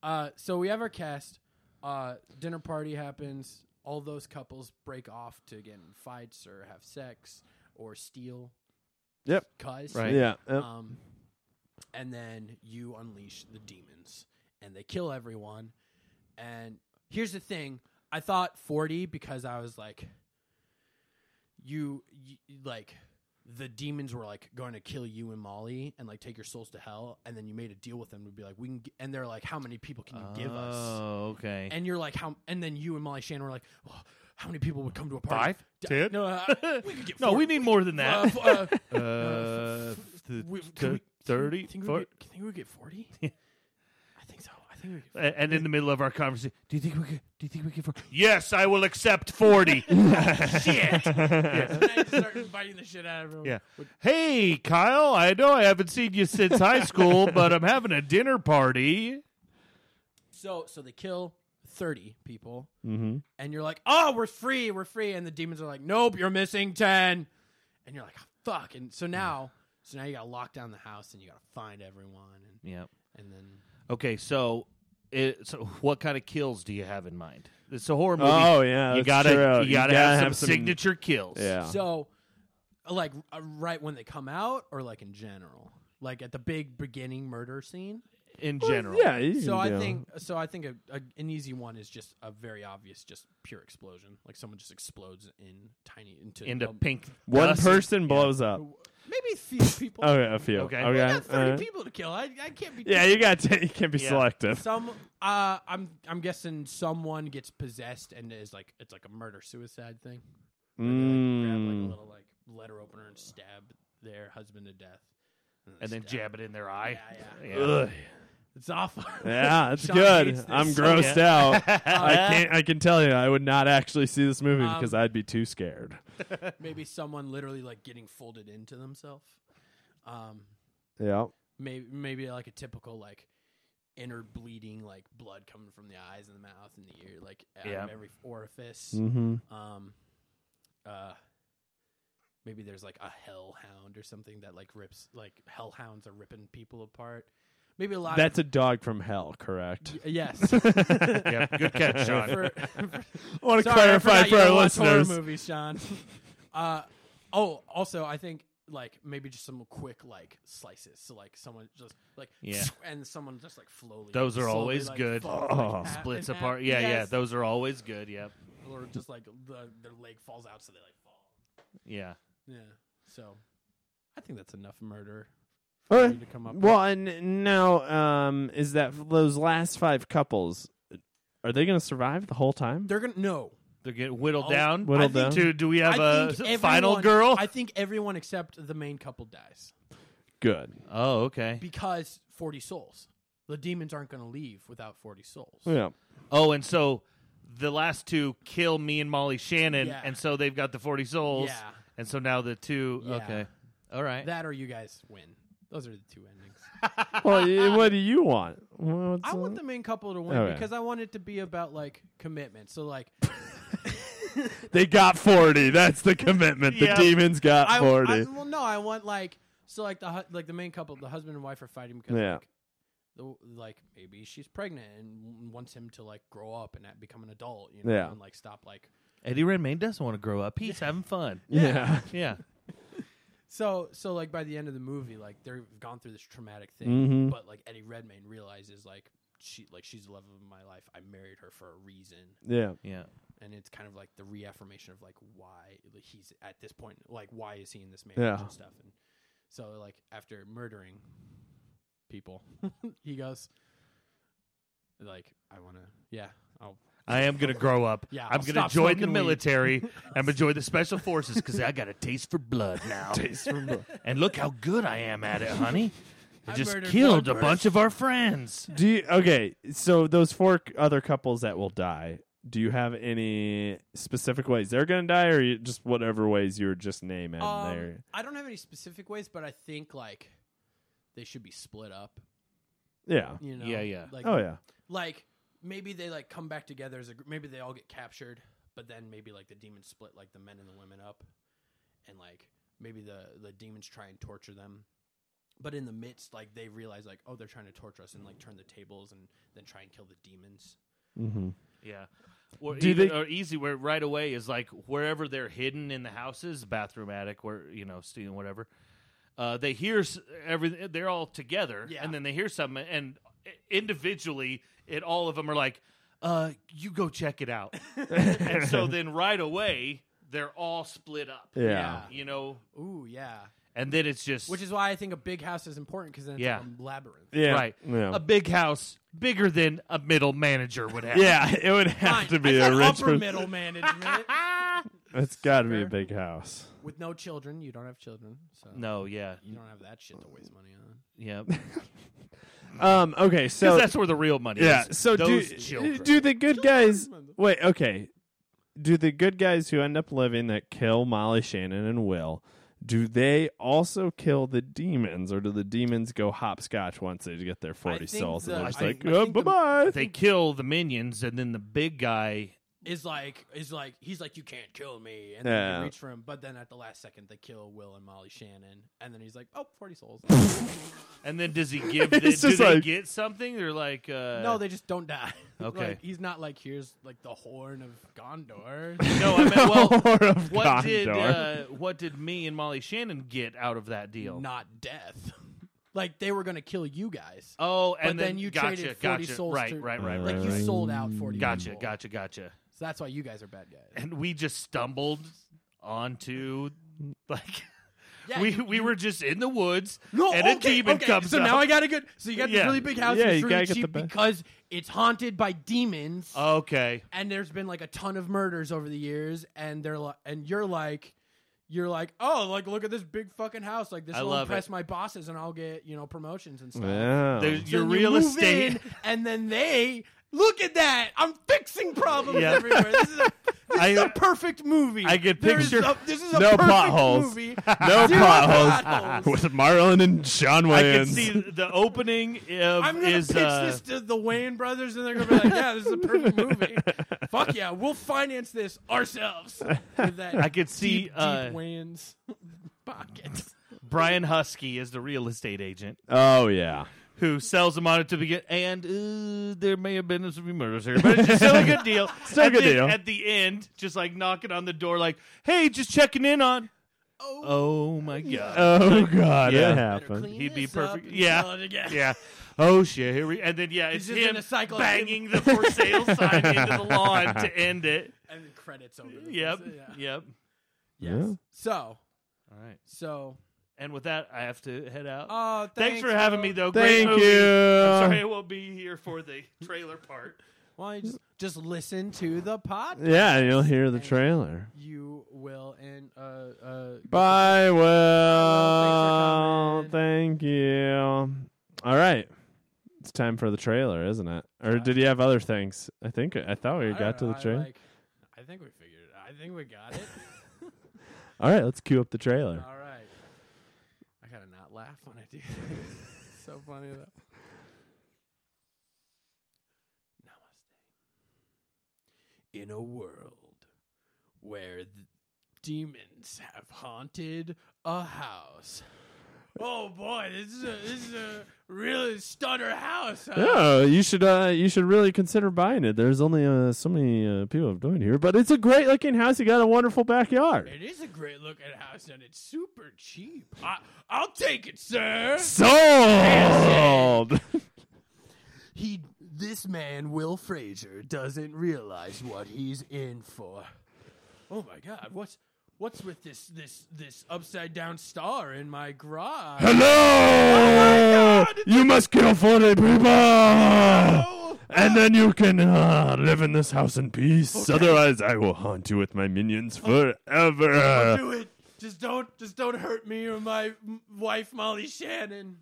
[SPEAKER 2] Uh, so we have our cast. Uh, dinner party happens. All those couples break off to get in fights or have sex or steal.
[SPEAKER 1] Yep.
[SPEAKER 2] Cuz.
[SPEAKER 3] Right.
[SPEAKER 1] Yeah. Uh, yep.
[SPEAKER 2] Um, and then you unleash the demons and they kill everyone. And here's the thing I thought 40 because I was like, you, you like, the demons were like going to kill you and Molly and like take your souls to hell. And then you made a deal with them to be like, we can, g-, and they're like, how many people can you give us?
[SPEAKER 3] Oh. okay.
[SPEAKER 2] And you're like, how, and then you and Molly Shannon were like, well, how many people would come to a party?
[SPEAKER 3] Five?
[SPEAKER 2] D-
[SPEAKER 3] Ten?
[SPEAKER 2] No, uh, we could get
[SPEAKER 3] No,
[SPEAKER 2] 40.
[SPEAKER 3] we need more than
[SPEAKER 2] Uh,
[SPEAKER 3] that.
[SPEAKER 2] f- uh,
[SPEAKER 3] Uh, th-
[SPEAKER 2] we,
[SPEAKER 3] th-
[SPEAKER 2] can we,
[SPEAKER 3] thirty,
[SPEAKER 2] Think we
[SPEAKER 3] four-
[SPEAKER 2] get, think we get forty? I think so. I think we eh, get.
[SPEAKER 3] A- and in the middle of our conversation, do you think we could? Do you think we could? For- yes, I will accept forty. Shit.
[SPEAKER 2] And I start inviting the shit out of everyone.
[SPEAKER 3] Yeah. Hey, Kyle. I know I haven't seen you since high school, but I'm having a dinner party.
[SPEAKER 2] So so they kill thirty people,
[SPEAKER 1] hmm
[SPEAKER 3] Mm-hmm.
[SPEAKER 2] and you're like, oh, we're free, we're free, and the demons are like, nope, you're missing ten, and you're like, "Ah, fuck, and so now, so now you gotta lock down the house, and you gotta find everyone, and
[SPEAKER 3] Yeah.
[SPEAKER 2] and then
[SPEAKER 3] Okay. So, it, so what kind of kills do you have in mind? It's a horror movie.
[SPEAKER 1] Oh yeah,
[SPEAKER 3] you
[SPEAKER 1] that's
[SPEAKER 3] gotta
[SPEAKER 1] true.
[SPEAKER 3] you gotta have, some,
[SPEAKER 1] some-
[SPEAKER 3] signature kills.
[SPEAKER 1] Yeah.
[SPEAKER 2] so like uh, right when they come out, or like in general, like at the big beginning murder scene.
[SPEAKER 3] In general.
[SPEAKER 1] Yeah. you
[SPEAKER 2] So
[SPEAKER 1] can
[SPEAKER 2] I
[SPEAKER 1] do-
[SPEAKER 2] think so. I think a, a, an easy one is just a very obvious, just pure explosion. Like someone just explodes in tiny into
[SPEAKER 3] Into
[SPEAKER 2] um,
[SPEAKER 3] pink.
[SPEAKER 1] one
[SPEAKER 3] dust.
[SPEAKER 1] person blows up.
[SPEAKER 2] Maybe a few people.
[SPEAKER 1] Okay, a few.
[SPEAKER 3] Okay.
[SPEAKER 1] Okay.
[SPEAKER 3] We
[SPEAKER 2] I got thirty
[SPEAKER 1] Oh, alright.
[SPEAKER 2] people to kill. I, I can't be.
[SPEAKER 1] Yeah, you got. To, you can't be
[SPEAKER 3] Yeah.
[SPEAKER 1] selective.
[SPEAKER 2] Some. Uh, I'm I'm guessing someone gets possessed and is like it's like a murder suicide thing. Where they, like, grab like a
[SPEAKER 1] Mm.
[SPEAKER 2] little like letter opener and stab their husband to death.
[SPEAKER 3] And then
[SPEAKER 2] stab-
[SPEAKER 3] jab it in their eye.
[SPEAKER 2] Yeah,
[SPEAKER 1] Ugh.
[SPEAKER 2] It's awful.
[SPEAKER 1] Yeah, it's
[SPEAKER 2] Sean hates
[SPEAKER 1] good.
[SPEAKER 2] this.
[SPEAKER 1] I'm grossed out.
[SPEAKER 3] Oh,
[SPEAKER 1] I can't. I can tell you, I would not actually see this movie
[SPEAKER 2] Um,
[SPEAKER 1] because I'd be too scared.
[SPEAKER 2] Maybe someone literally like getting folded into themselves. Um,
[SPEAKER 1] Yeah.
[SPEAKER 2] maybe maybe like a typical like inner bleeding, like blood coming from the eyes and the mouth and the ear, like out
[SPEAKER 3] Yeah.
[SPEAKER 2] of every orifice.
[SPEAKER 1] Mm-hmm.
[SPEAKER 2] Um, uh, maybe there's like a hellhound or something that like rips like hellhounds are ripping people apart. Maybe a lot.
[SPEAKER 1] That's
[SPEAKER 2] of,
[SPEAKER 1] a dog from hell, correct?
[SPEAKER 2] y- yes.
[SPEAKER 3] Yeah. Good catch, Sean.
[SPEAKER 2] For-
[SPEAKER 1] I want to
[SPEAKER 2] Sorry, I
[SPEAKER 1] clarify
[SPEAKER 2] forgot
[SPEAKER 1] for
[SPEAKER 2] you
[SPEAKER 1] our
[SPEAKER 2] don't watch horror
[SPEAKER 1] listeners.
[SPEAKER 2] movies, Sean. uh, oh, also, I think like maybe just some quick like slices. So like someone just like
[SPEAKER 3] Yeah.
[SPEAKER 2] and someone just like slowly.
[SPEAKER 3] Those are
[SPEAKER 2] slowly,
[SPEAKER 3] always
[SPEAKER 2] like,
[SPEAKER 3] good.
[SPEAKER 2] fall,
[SPEAKER 1] Oh.
[SPEAKER 2] like, half
[SPEAKER 3] Splits
[SPEAKER 2] and half.
[SPEAKER 3] apart. Yeah, yeah.
[SPEAKER 2] Yes.
[SPEAKER 3] Those are always good. Yep.
[SPEAKER 2] or just like the, their leg falls out, so they like fall.
[SPEAKER 3] Yeah.
[SPEAKER 2] Yeah. So, I think that's enough murder.
[SPEAKER 1] Okay.
[SPEAKER 2] for you to come up.
[SPEAKER 1] Well, and now um, is that those last five couples? Are they going to survive the whole time?
[SPEAKER 2] with. they're gonna no.
[SPEAKER 3] They're getting whittled
[SPEAKER 2] All-
[SPEAKER 3] down.
[SPEAKER 1] Whittled down.
[SPEAKER 3] To do we have
[SPEAKER 2] Oh, I
[SPEAKER 3] a
[SPEAKER 2] think everyone,
[SPEAKER 3] final girl?
[SPEAKER 2] I think everyone except the main couple dies
[SPEAKER 1] Good.
[SPEAKER 3] oh, okay.
[SPEAKER 2] because forty souls. The demons aren't gonna leave without forty souls.
[SPEAKER 1] Yeah.
[SPEAKER 3] Oh, and so the last two kill me and Molly Shannon,
[SPEAKER 2] Yeah.
[SPEAKER 3] and so they've got the forty souls.
[SPEAKER 2] Yeah.
[SPEAKER 3] And so now the two.
[SPEAKER 2] Yeah.
[SPEAKER 3] Okay. All right.
[SPEAKER 2] That or you guys win. Those are the two endings.
[SPEAKER 1] Well, y- what do you want? What's
[SPEAKER 2] I
[SPEAKER 1] uh, Oh,
[SPEAKER 2] want the main couple to win
[SPEAKER 1] Okay.
[SPEAKER 2] because I want it to be about like commitment. So like
[SPEAKER 1] they got 40. That's the commitment. The
[SPEAKER 3] Yeah.
[SPEAKER 1] demons got
[SPEAKER 2] I,
[SPEAKER 1] 40.
[SPEAKER 2] I- well, no, I want like so like the hu- like the main couple, the husband and wife are fighting because
[SPEAKER 1] Yeah.
[SPEAKER 2] like, the, like maybe she's pregnant and wants him to like grow up and that- become an adult, you know,
[SPEAKER 1] Yeah.
[SPEAKER 2] and like stop like.
[SPEAKER 3] Eddie Redmayne doesn't want to grow up. He's having fun.
[SPEAKER 1] yeah.
[SPEAKER 3] Yeah.
[SPEAKER 2] So so like by the end of the movie, like they've gone through this traumatic thing,
[SPEAKER 1] Mhm.
[SPEAKER 2] but like Eddie Redmayne realizes like she like she's the love of my life. I married her for a reason,
[SPEAKER 1] Yeah.
[SPEAKER 3] Yeah.
[SPEAKER 2] and it's kind of like the reaffirmation of like why like, he's at this point like why is he in this marriage
[SPEAKER 1] Yeah.
[SPEAKER 2] and stuff and so like after murdering people he goes like i want to yeah i'll
[SPEAKER 3] I am going to grow up.
[SPEAKER 2] Yeah,
[SPEAKER 3] I'm
[SPEAKER 2] I'll
[SPEAKER 3] going to
[SPEAKER 2] stop
[SPEAKER 3] join the
[SPEAKER 2] smoking weed.
[SPEAKER 3] military. I'm going to join the special forces because I got a taste for blood now. and look how good I am at it, honey. I
[SPEAKER 2] I
[SPEAKER 3] just
[SPEAKER 2] murdered
[SPEAKER 3] killed a
[SPEAKER 2] one
[SPEAKER 3] bunch of our friends.
[SPEAKER 1] Do you, okay, so those four c- other couples that will die, do you have any specific ways they're going to die or you, just whatever ways you were just naming
[SPEAKER 2] Um,
[SPEAKER 1] there?
[SPEAKER 2] i don't have any specific ways but i think like they should be split up
[SPEAKER 1] Yeah.
[SPEAKER 2] you know
[SPEAKER 3] Yeah, yeah.
[SPEAKER 2] like
[SPEAKER 1] Oh yeah.
[SPEAKER 2] like maybe they like come back together as a gr- maybe they all get captured but then maybe like the demons split like the men and the women up and like maybe the the demons try and torture them but in the midst like they realize like oh they're trying to torture us and like turn the tables and then try and kill the demons
[SPEAKER 1] Mm-hmm.
[SPEAKER 3] Yeah. Or,
[SPEAKER 1] Do
[SPEAKER 3] either-
[SPEAKER 1] they-
[SPEAKER 3] or easy where right away is like wherever they're hidden in the houses, bathroom, attic, where you know, stealing whatever. Uh, they hear s- everything. They're all together,
[SPEAKER 2] Yeah.
[SPEAKER 3] and then they hear something, and individually, it all of them are like, uh, "You go check it out." and so then right away, they're all split up.
[SPEAKER 1] Yeah.
[SPEAKER 3] You know,
[SPEAKER 2] ooh yeah
[SPEAKER 3] and then it's just
[SPEAKER 2] which is why i think a big house is important because then it's
[SPEAKER 3] Yeah.
[SPEAKER 2] like a labyrinth
[SPEAKER 1] Yeah.
[SPEAKER 3] right
[SPEAKER 1] Yeah.
[SPEAKER 3] a big house bigger than a middle manager would have.
[SPEAKER 1] yeah, it would have
[SPEAKER 2] Fine,
[SPEAKER 1] to
[SPEAKER 2] I
[SPEAKER 1] be
[SPEAKER 2] said
[SPEAKER 1] a rich
[SPEAKER 2] upper
[SPEAKER 1] person.
[SPEAKER 2] middle management
[SPEAKER 1] It's got to be a big house.
[SPEAKER 2] with no children you don't have children so
[SPEAKER 3] No, yeah,
[SPEAKER 2] you don't have that shit to waste money on
[SPEAKER 3] yeah.
[SPEAKER 1] Um. Okay.
[SPEAKER 3] Because
[SPEAKER 1] So
[SPEAKER 3] that's where the real money
[SPEAKER 1] yeah.
[SPEAKER 3] is.
[SPEAKER 1] So
[SPEAKER 3] those
[SPEAKER 1] do
[SPEAKER 3] children.
[SPEAKER 1] do the good guys?
[SPEAKER 2] Children.
[SPEAKER 1] Wait. Okay. Do the good guys who end up living that kill Molly Shannon and Will? Do they also kill the demons, or do the demons go hopscotch once they get their forty
[SPEAKER 2] think
[SPEAKER 1] souls and
[SPEAKER 2] the-
[SPEAKER 1] they're just
[SPEAKER 2] I-
[SPEAKER 1] like,
[SPEAKER 2] I
[SPEAKER 1] oh,
[SPEAKER 2] think the-
[SPEAKER 1] bye bye?
[SPEAKER 3] they kill the minions, and then the big guy.
[SPEAKER 2] is like is like he's like you can't kill me and then
[SPEAKER 1] Yeah.
[SPEAKER 2] they reach for him but then at the last second they kill will and molly shannon and then he's like oh 40 souls
[SPEAKER 3] Uh, And then does he give? The,
[SPEAKER 1] It's
[SPEAKER 3] do
[SPEAKER 1] just
[SPEAKER 3] they
[SPEAKER 1] like-
[SPEAKER 3] get something? They're like, uh,
[SPEAKER 2] no they just don't die
[SPEAKER 3] Okay.
[SPEAKER 2] Like, he's not like here's like the horn of gondor
[SPEAKER 3] No, I mean, well,
[SPEAKER 1] Lord of
[SPEAKER 3] what
[SPEAKER 1] Gondor.
[SPEAKER 3] did uh, what did me and Molly Shannon get out of that deal?
[SPEAKER 2] not death like they were gonna kill you guys
[SPEAKER 3] Oh, and
[SPEAKER 2] But then you
[SPEAKER 3] gotcha,
[SPEAKER 2] traded 40
[SPEAKER 3] gotcha,
[SPEAKER 2] souls
[SPEAKER 3] right,
[SPEAKER 2] to-
[SPEAKER 3] right, right, right,
[SPEAKER 2] like you
[SPEAKER 1] right.
[SPEAKER 2] sold out 40
[SPEAKER 3] Gotcha,
[SPEAKER 2] people.
[SPEAKER 3] gotcha, gotcha.
[SPEAKER 2] so that's why you guys are bad guys
[SPEAKER 3] And we just stumbled onto like
[SPEAKER 2] yeah
[SPEAKER 3] we
[SPEAKER 2] you-
[SPEAKER 3] we were just in the woods,
[SPEAKER 2] No,
[SPEAKER 3] and a
[SPEAKER 2] okay,
[SPEAKER 3] demon
[SPEAKER 2] okay.
[SPEAKER 3] comes
[SPEAKER 2] so
[SPEAKER 3] up.
[SPEAKER 2] now I got a good. So you got
[SPEAKER 3] Yeah.
[SPEAKER 2] this really big house. Yeah,
[SPEAKER 1] Yeah, you
[SPEAKER 2] it's
[SPEAKER 1] gotta
[SPEAKER 2] really
[SPEAKER 1] get the
[SPEAKER 2] cheap
[SPEAKER 1] best.
[SPEAKER 2] because it's haunted by demons.
[SPEAKER 3] Oh, okay,
[SPEAKER 2] and there's been like a ton of murders over the years and they're like and you're like you're like oh like look at this big fucking house like this
[SPEAKER 3] I
[SPEAKER 2] will
[SPEAKER 3] love
[SPEAKER 2] impress
[SPEAKER 3] it.
[SPEAKER 2] my bosses and i'll get you know promotions and stuff
[SPEAKER 1] Yeah.
[SPEAKER 3] There's-
[SPEAKER 2] So
[SPEAKER 3] your
[SPEAKER 2] then you
[SPEAKER 3] real
[SPEAKER 2] move
[SPEAKER 3] estate.
[SPEAKER 2] in, and then they look at that i'm fixing problems
[SPEAKER 3] Yeah.
[SPEAKER 2] everywhere this is a this is
[SPEAKER 3] I-
[SPEAKER 2] a perfect movie.
[SPEAKER 3] I could
[SPEAKER 2] There is
[SPEAKER 3] picture-
[SPEAKER 2] a- this is a
[SPEAKER 1] No
[SPEAKER 2] perfect
[SPEAKER 1] potholes.
[SPEAKER 2] Movie.
[SPEAKER 1] no
[SPEAKER 2] Zero
[SPEAKER 1] potholes
[SPEAKER 2] potholes.
[SPEAKER 1] with Marlon and John
[SPEAKER 3] I can
[SPEAKER 1] Wayans.
[SPEAKER 3] see the opening of
[SPEAKER 2] I'm gonna
[SPEAKER 3] is
[SPEAKER 2] pitch
[SPEAKER 3] uh,
[SPEAKER 2] this to the Wayne brothers, and they're gonna be like, "Yeah, this is a perfect movie. Fuck yeah, we'll finance this ourselves." With that
[SPEAKER 3] I could see
[SPEAKER 2] deep,
[SPEAKER 3] uh,
[SPEAKER 2] deep Wayne's pockets.
[SPEAKER 3] Brian Husky is the real estate agent
[SPEAKER 1] oh yeah.
[SPEAKER 3] who sells them on it to begin. And uh, there may have been some murders here, but it's still a good deal.
[SPEAKER 1] Still a
[SPEAKER 3] And
[SPEAKER 1] good
[SPEAKER 3] then
[SPEAKER 1] deal.
[SPEAKER 3] At the end, just like knocking on the door, like, "Hey, just checking in on."
[SPEAKER 2] Oh.
[SPEAKER 3] Oh my god.
[SPEAKER 1] Oh god,
[SPEAKER 3] Yeah.
[SPEAKER 1] it
[SPEAKER 2] Better
[SPEAKER 1] happened.
[SPEAKER 2] clean
[SPEAKER 3] He'd be
[SPEAKER 2] this up
[SPEAKER 3] perfect.
[SPEAKER 2] and
[SPEAKER 3] Yeah.
[SPEAKER 2] sell it again.
[SPEAKER 3] yeah. Oh shit! Here we and then yeah, it's
[SPEAKER 2] He's just
[SPEAKER 3] him
[SPEAKER 2] in a cycle of him-
[SPEAKER 3] banging the for sale sign into the lawn to end it.
[SPEAKER 2] And the credits over. the
[SPEAKER 3] Yep,
[SPEAKER 2] person, Yeah.
[SPEAKER 3] yep.
[SPEAKER 2] Yes.
[SPEAKER 1] Yeah.
[SPEAKER 2] So,
[SPEAKER 3] All right.
[SPEAKER 2] so.
[SPEAKER 3] And with that, I have to head out.
[SPEAKER 2] Oh,
[SPEAKER 3] thanks,
[SPEAKER 2] thanks,
[SPEAKER 3] for having
[SPEAKER 2] Will.
[SPEAKER 3] me, though. Great
[SPEAKER 1] Thank
[SPEAKER 3] movie.
[SPEAKER 1] you.
[SPEAKER 3] I'm sorry I won't be here for the trailer part.
[SPEAKER 2] Why don't you just, just listen to the pod?
[SPEAKER 1] Yeah, you'll hear the
[SPEAKER 2] Thank you.
[SPEAKER 1] trailer.
[SPEAKER 2] You will and uh uh.
[SPEAKER 1] Bye,
[SPEAKER 2] Hello,
[SPEAKER 1] Will.
[SPEAKER 2] thanks for coming.
[SPEAKER 1] Thank you. All right. It's time for the trailer, isn't it? Or did you have other things? I think I thought we
[SPEAKER 2] I
[SPEAKER 1] got to
[SPEAKER 2] don't
[SPEAKER 1] the
[SPEAKER 2] know, I
[SPEAKER 1] trailer.
[SPEAKER 2] like- I think we figured it. out. I think we got it.
[SPEAKER 1] All right, let's cue up the trailer.
[SPEAKER 2] All right. I gotta not laugh when I do. this. so funny though. Namaste. In a world where the demons have haunted a house. Oh boy, this is a this is a really stunner house. huh?
[SPEAKER 1] Yeah, you should uh, you should really consider buying it. There's only uh, so many uh, people have joined here, but it's a great looking house. You got a wonderful backyard.
[SPEAKER 2] It is a great looking house and it's super cheap. I, I'll take it, sir.
[SPEAKER 1] Sold.
[SPEAKER 2] He, this man, Will Fraser, doesn't realize what he's in for. Oh my God, what's what's with this this this upside down star in my garage?
[SPEAKER 1] Hello. you must kill forty people,
[SPEAKER 2] Oh.
[SPEAKER 1] and then you can uh, live in this house in peace. Otherwise, I will haunt you with my minions forever. Uh,
[SPEAKER 2] Don't do it. Just don't just don't hurt me or my m- wife Molly Shannon.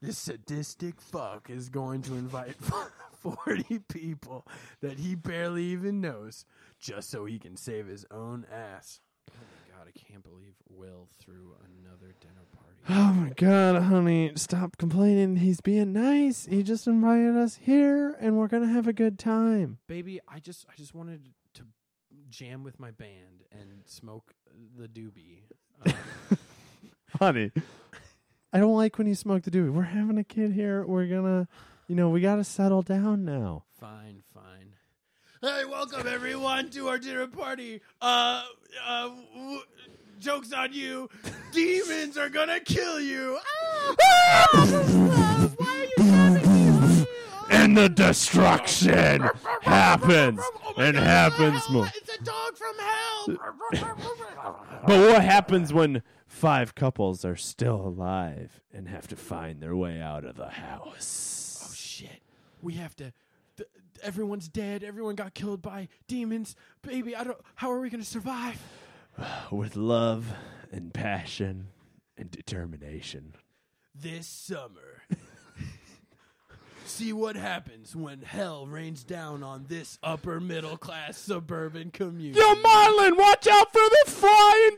[SPEAKER 2] this sadistic fuck is going to invite 40 people that he barely even knows just so he can save his own ass. Oh my god, I can't believe Will threw another dinner party.
[SPEAKER 1] Oh my god, honey, stop complaining. He's being nice. He just invited us here and we're going to have a good time.
[SPEAKER 2] Baby, I just I just wanted to jam with my band and smoke the doobie.
[SPEAKER 1] Honey, I don't like when you smoke the doobie. We're having a kid here. We're going to, you know, we got to settle down now.
[SPEAKER 2] Fine, fine. Hey, welcome everyone to our dinner party. Uh, uh, w- jokes on you. Demons are gonna kill you. Ah! Oh
[SPEAKER 1] And the destruction happens and happens more.
[SPEAKER 2] It's a dog from hell.
[SPEAKER 1] But what happens when five couples are still alive and have to find their way out of the house?
[SPEAKER 2] oh shit, we have to. Th- everyone's dead. Everyone got killed by demons. Baby, I don't. How are we gonna survive?
[SPEAKER 1] With love and passion and determination.
[SPEAKER 2] this summer. See what happens when hell rains down on this upper middle class suburban community.
[SPEAKER 1] Yo, Marlin, watch out for the flying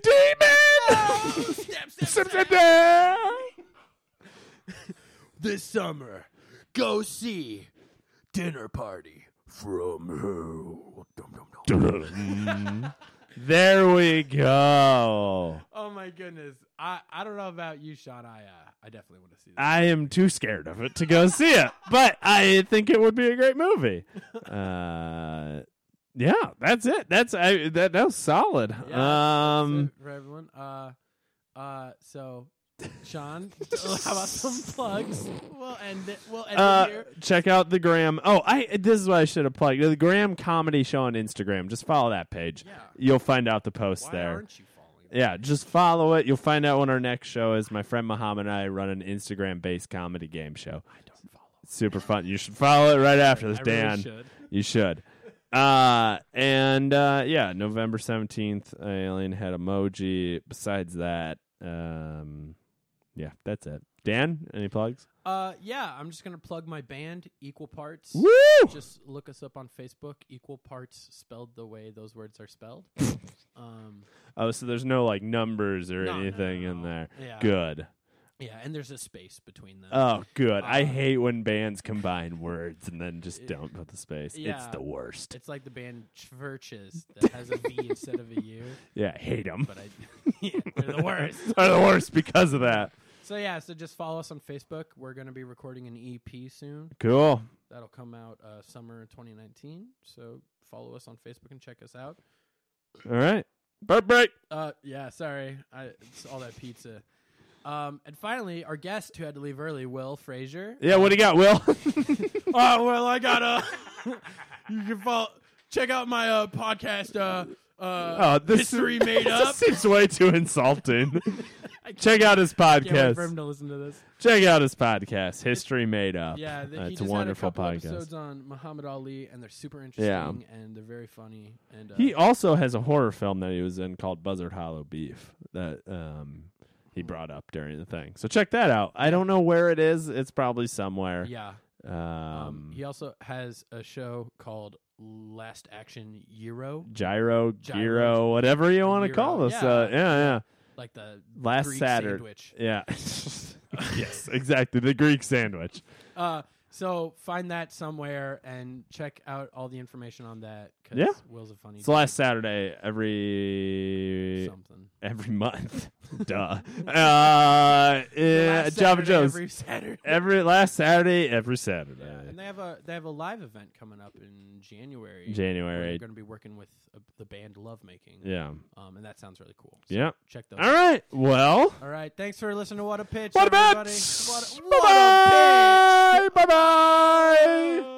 [SPEAKER 1] demon!
[SPEAKER 2] Step,
[SPEAKER 1] Zip,
[SPEAKER 2] step,
[SPEAKER 1] zip,
[SPEAKER 2] step.
[SPEAKER 1] zip.
[SPEAKER 2] This summer, go see Dinner Party from Hell. Dum, dum, dum.
[SPEAKER 1] there we go.
[SPEAKER 2] Oh my goodness. I, I don't know about you, Sean. I, uh, I definitely want to see that.
[SPEAKER 1] I am too scared of it to go see it, but I think it would be a great movie. Uh, yeah, that's it. That's I, that. That was solid.
[SPEAKER 2] Yeah,
[SPEAKER 1] Uh, um,
[SPEAKER 2] That's it for everyone. Uh, uh, so, Sean, how about some plugs? We'll end it. We'll end
[SPEAKER 1] uh,
[SPEAKER 2] it here.
[SPEAKER 1] check out the Graham. Oh, I this is what I should have plugged. The Graham Comedy Show on Instagram. Just follow that page.
[SPEAKER 2] Yeah.
[SPEAKER 1] You'll find out the posts
[SPEAKER 2] Why
[SPEAKER 1] there.
[SPEAKER 2] aren't you following?
[SPEAKER 1] Yeah, just follow it. You'll find out when our next show is. My friend Muhammad and I run an Instagram based comedy game show.
[SPEAKER 2] I don't follow.
[SPEAKER 1] It's super fun. You should follow it right after this,
[SPEAKER 2] I
[SPEAKER 1] Dan.
[SPEAKER 2] really should.
[SPEAKER 1] You should. Uh and uh yeah, November seventeenth, Alien Head Emoji. Besides that, um yeah, that's it. Dan, any plugs?
[SPEAKER 2] Uh, yeah, I'm just gonna plug my band, Equal Parts.
[SPEAKER 1] Woo!
[SPEAKER 2] Just look us up on Facebook. Equal Parts, spelled the way those words are spelled. um,
[SPEAKER 1] Oh, so there's no like numbers or
[SPEAKER 2] No, no,
[SPEAKER 1] anything
[SPEAKER 2] no,
[SPEAKER 1] in
[SPEAKER 2] no.
[SPEAKER 1] there.
[SPEAKER 2] Yeah.
[SPEAKER 1] Good.
[SPEAKER 2] yeah, and there's a space between them.
[SPEAKER 1] Oh, good. I
[SPEAKER 2] Uh,
[SPEAKER 1] hate when bands combine words and then just don't put the space. It's
[SPEAKER 2] Yeah.
[SPEAKER 1] the worst.
[SPEAKER 2] it's like the band Churches that has a V instead of a U,
[SPEAKER 1] Yeah, hate them.
[SPEAKER 2] but I, yeah, they're the worst.
[SPEAKER 1] They're the worst because of that.
[SPEAKER 2] So yeah, so just follow us on Facebook. We're gonna be recording an EP soon.
[SPEAKER 1] Cool.
[SPEAKER 2] That'll come out uh, summer 2019. So follow us on Facebook and check us out.
[SPEAKER 1] All right. Burp break.
[SPEAKER 2] Uh, yeah, sorry. I, it's all that pizza. Um, and finally, our guest who had to leave early, Will Frazier.
[SPEAKER 1] Yeah, what do you got, Will?
[SPEAKER 2] Oh, well, I got a. you can follow, check out my uh, podcast, uh, uh,
[SPEAKER 1] Oh, this
[SPEAKER 2] History Made Up.
[SPEAKER 1] this seems way too insulting.
[SPEAKER 2] I can't-
[SPEAKER 1] Check out his
[SPEAKER 2] can't wait for him
[SPEAKER 1] podcast.
[SPEAKER 2] to listen to this.
[SPEAKER 1] Check out his podcast, History Made Up.
[SPEAKER 2] Yeah, th-
[SPEAKER 1] Uh,
[SPEAKER 2] he
[SPEAKER 1] it's a
[SPEAKER 2] just
[SPEAKER 1] wonderful
[SPEAKER 2] had a couple
[SPEAKER 1] podcast.
[SPEAKER 2] episodes on Muhammad Ali, and they're super interesting
[SPEAKER 1] Yeah.
[SPEAKER 2] and they're very funny. And uh,
[SPEAKER 1] He also has a horror film that he was in called Buzzard Hollow Beef that um he
[SPEAKER 2] Hmm.
[SPEAKER 1] brought up during the thing. So check that out. I don't know where it is. It's probably somewhere.
[SPEAKER 2] yeah, um,
[SPEAKER 1] Um,
[SPEAKER 2] he also has a show called Last Action Euro,
[SPEAKER 1] Gyro,
[SPEAKER 2] Gyro.
[SPEAKER 1] Gyro, whatever you want to
[SPEAKER 2] Gyro.
[SPEAKER 1] call this.
[SPEAKER 2] Yeah.
[SPEAKER 1] Uh, yeah, yeah.
[SPEAKER 2] like the
[SPEAKER 1] Last
[SPEAKER 2] Greek
[SPEAKER 1] Saturday.
[SPEAKER 2] sandwich.
[SPEAKER 1] Yeah. yes, exactly. The Greek sandwich.
[SPEAKER 2] Uh, So find that somewhere and check out all the information on that. 'cause
[SPEAKER 1] Yeah.
[SPEAKER 2] Will's a funny
[SPEAKER 1] It's the last Saturday every
[SPEAKER 2] something.
[SPEAKER 1] every month. Duh. Uh, yeah,
[SPEAKER 2] Last
[SPEAKER 1] Java
[SPEAKER 2] Saturday
[SPEAKER 1] Joe's every,
[SPEAKER 2] every Saturday.
[SPEAKER 1] last Saturday, every Saturday,
[SPEAKER 2] Yeah, and they have a they have a live event coming up in January. where
[SPEAKER 1] January.
[SPEAKER 2] You're going to be working with uh, the band Lovemaking.
[SPEAKER 1] Yeah.
[SPEAKER 2] Um, and that sounds really cool. So
[SPEAKER 1] Yeah.
[SPEAKER 2] Check those.
[SPEAKER 1] All right. Well.
[SPEAKER 2] All right. Thanks for listening to What a Pitch.
[SPEAKER 1] What about?
[SPEAKER 2] everybody. What a, what a pitch.
[SPEAKER 1] Bye bye. Bye bye.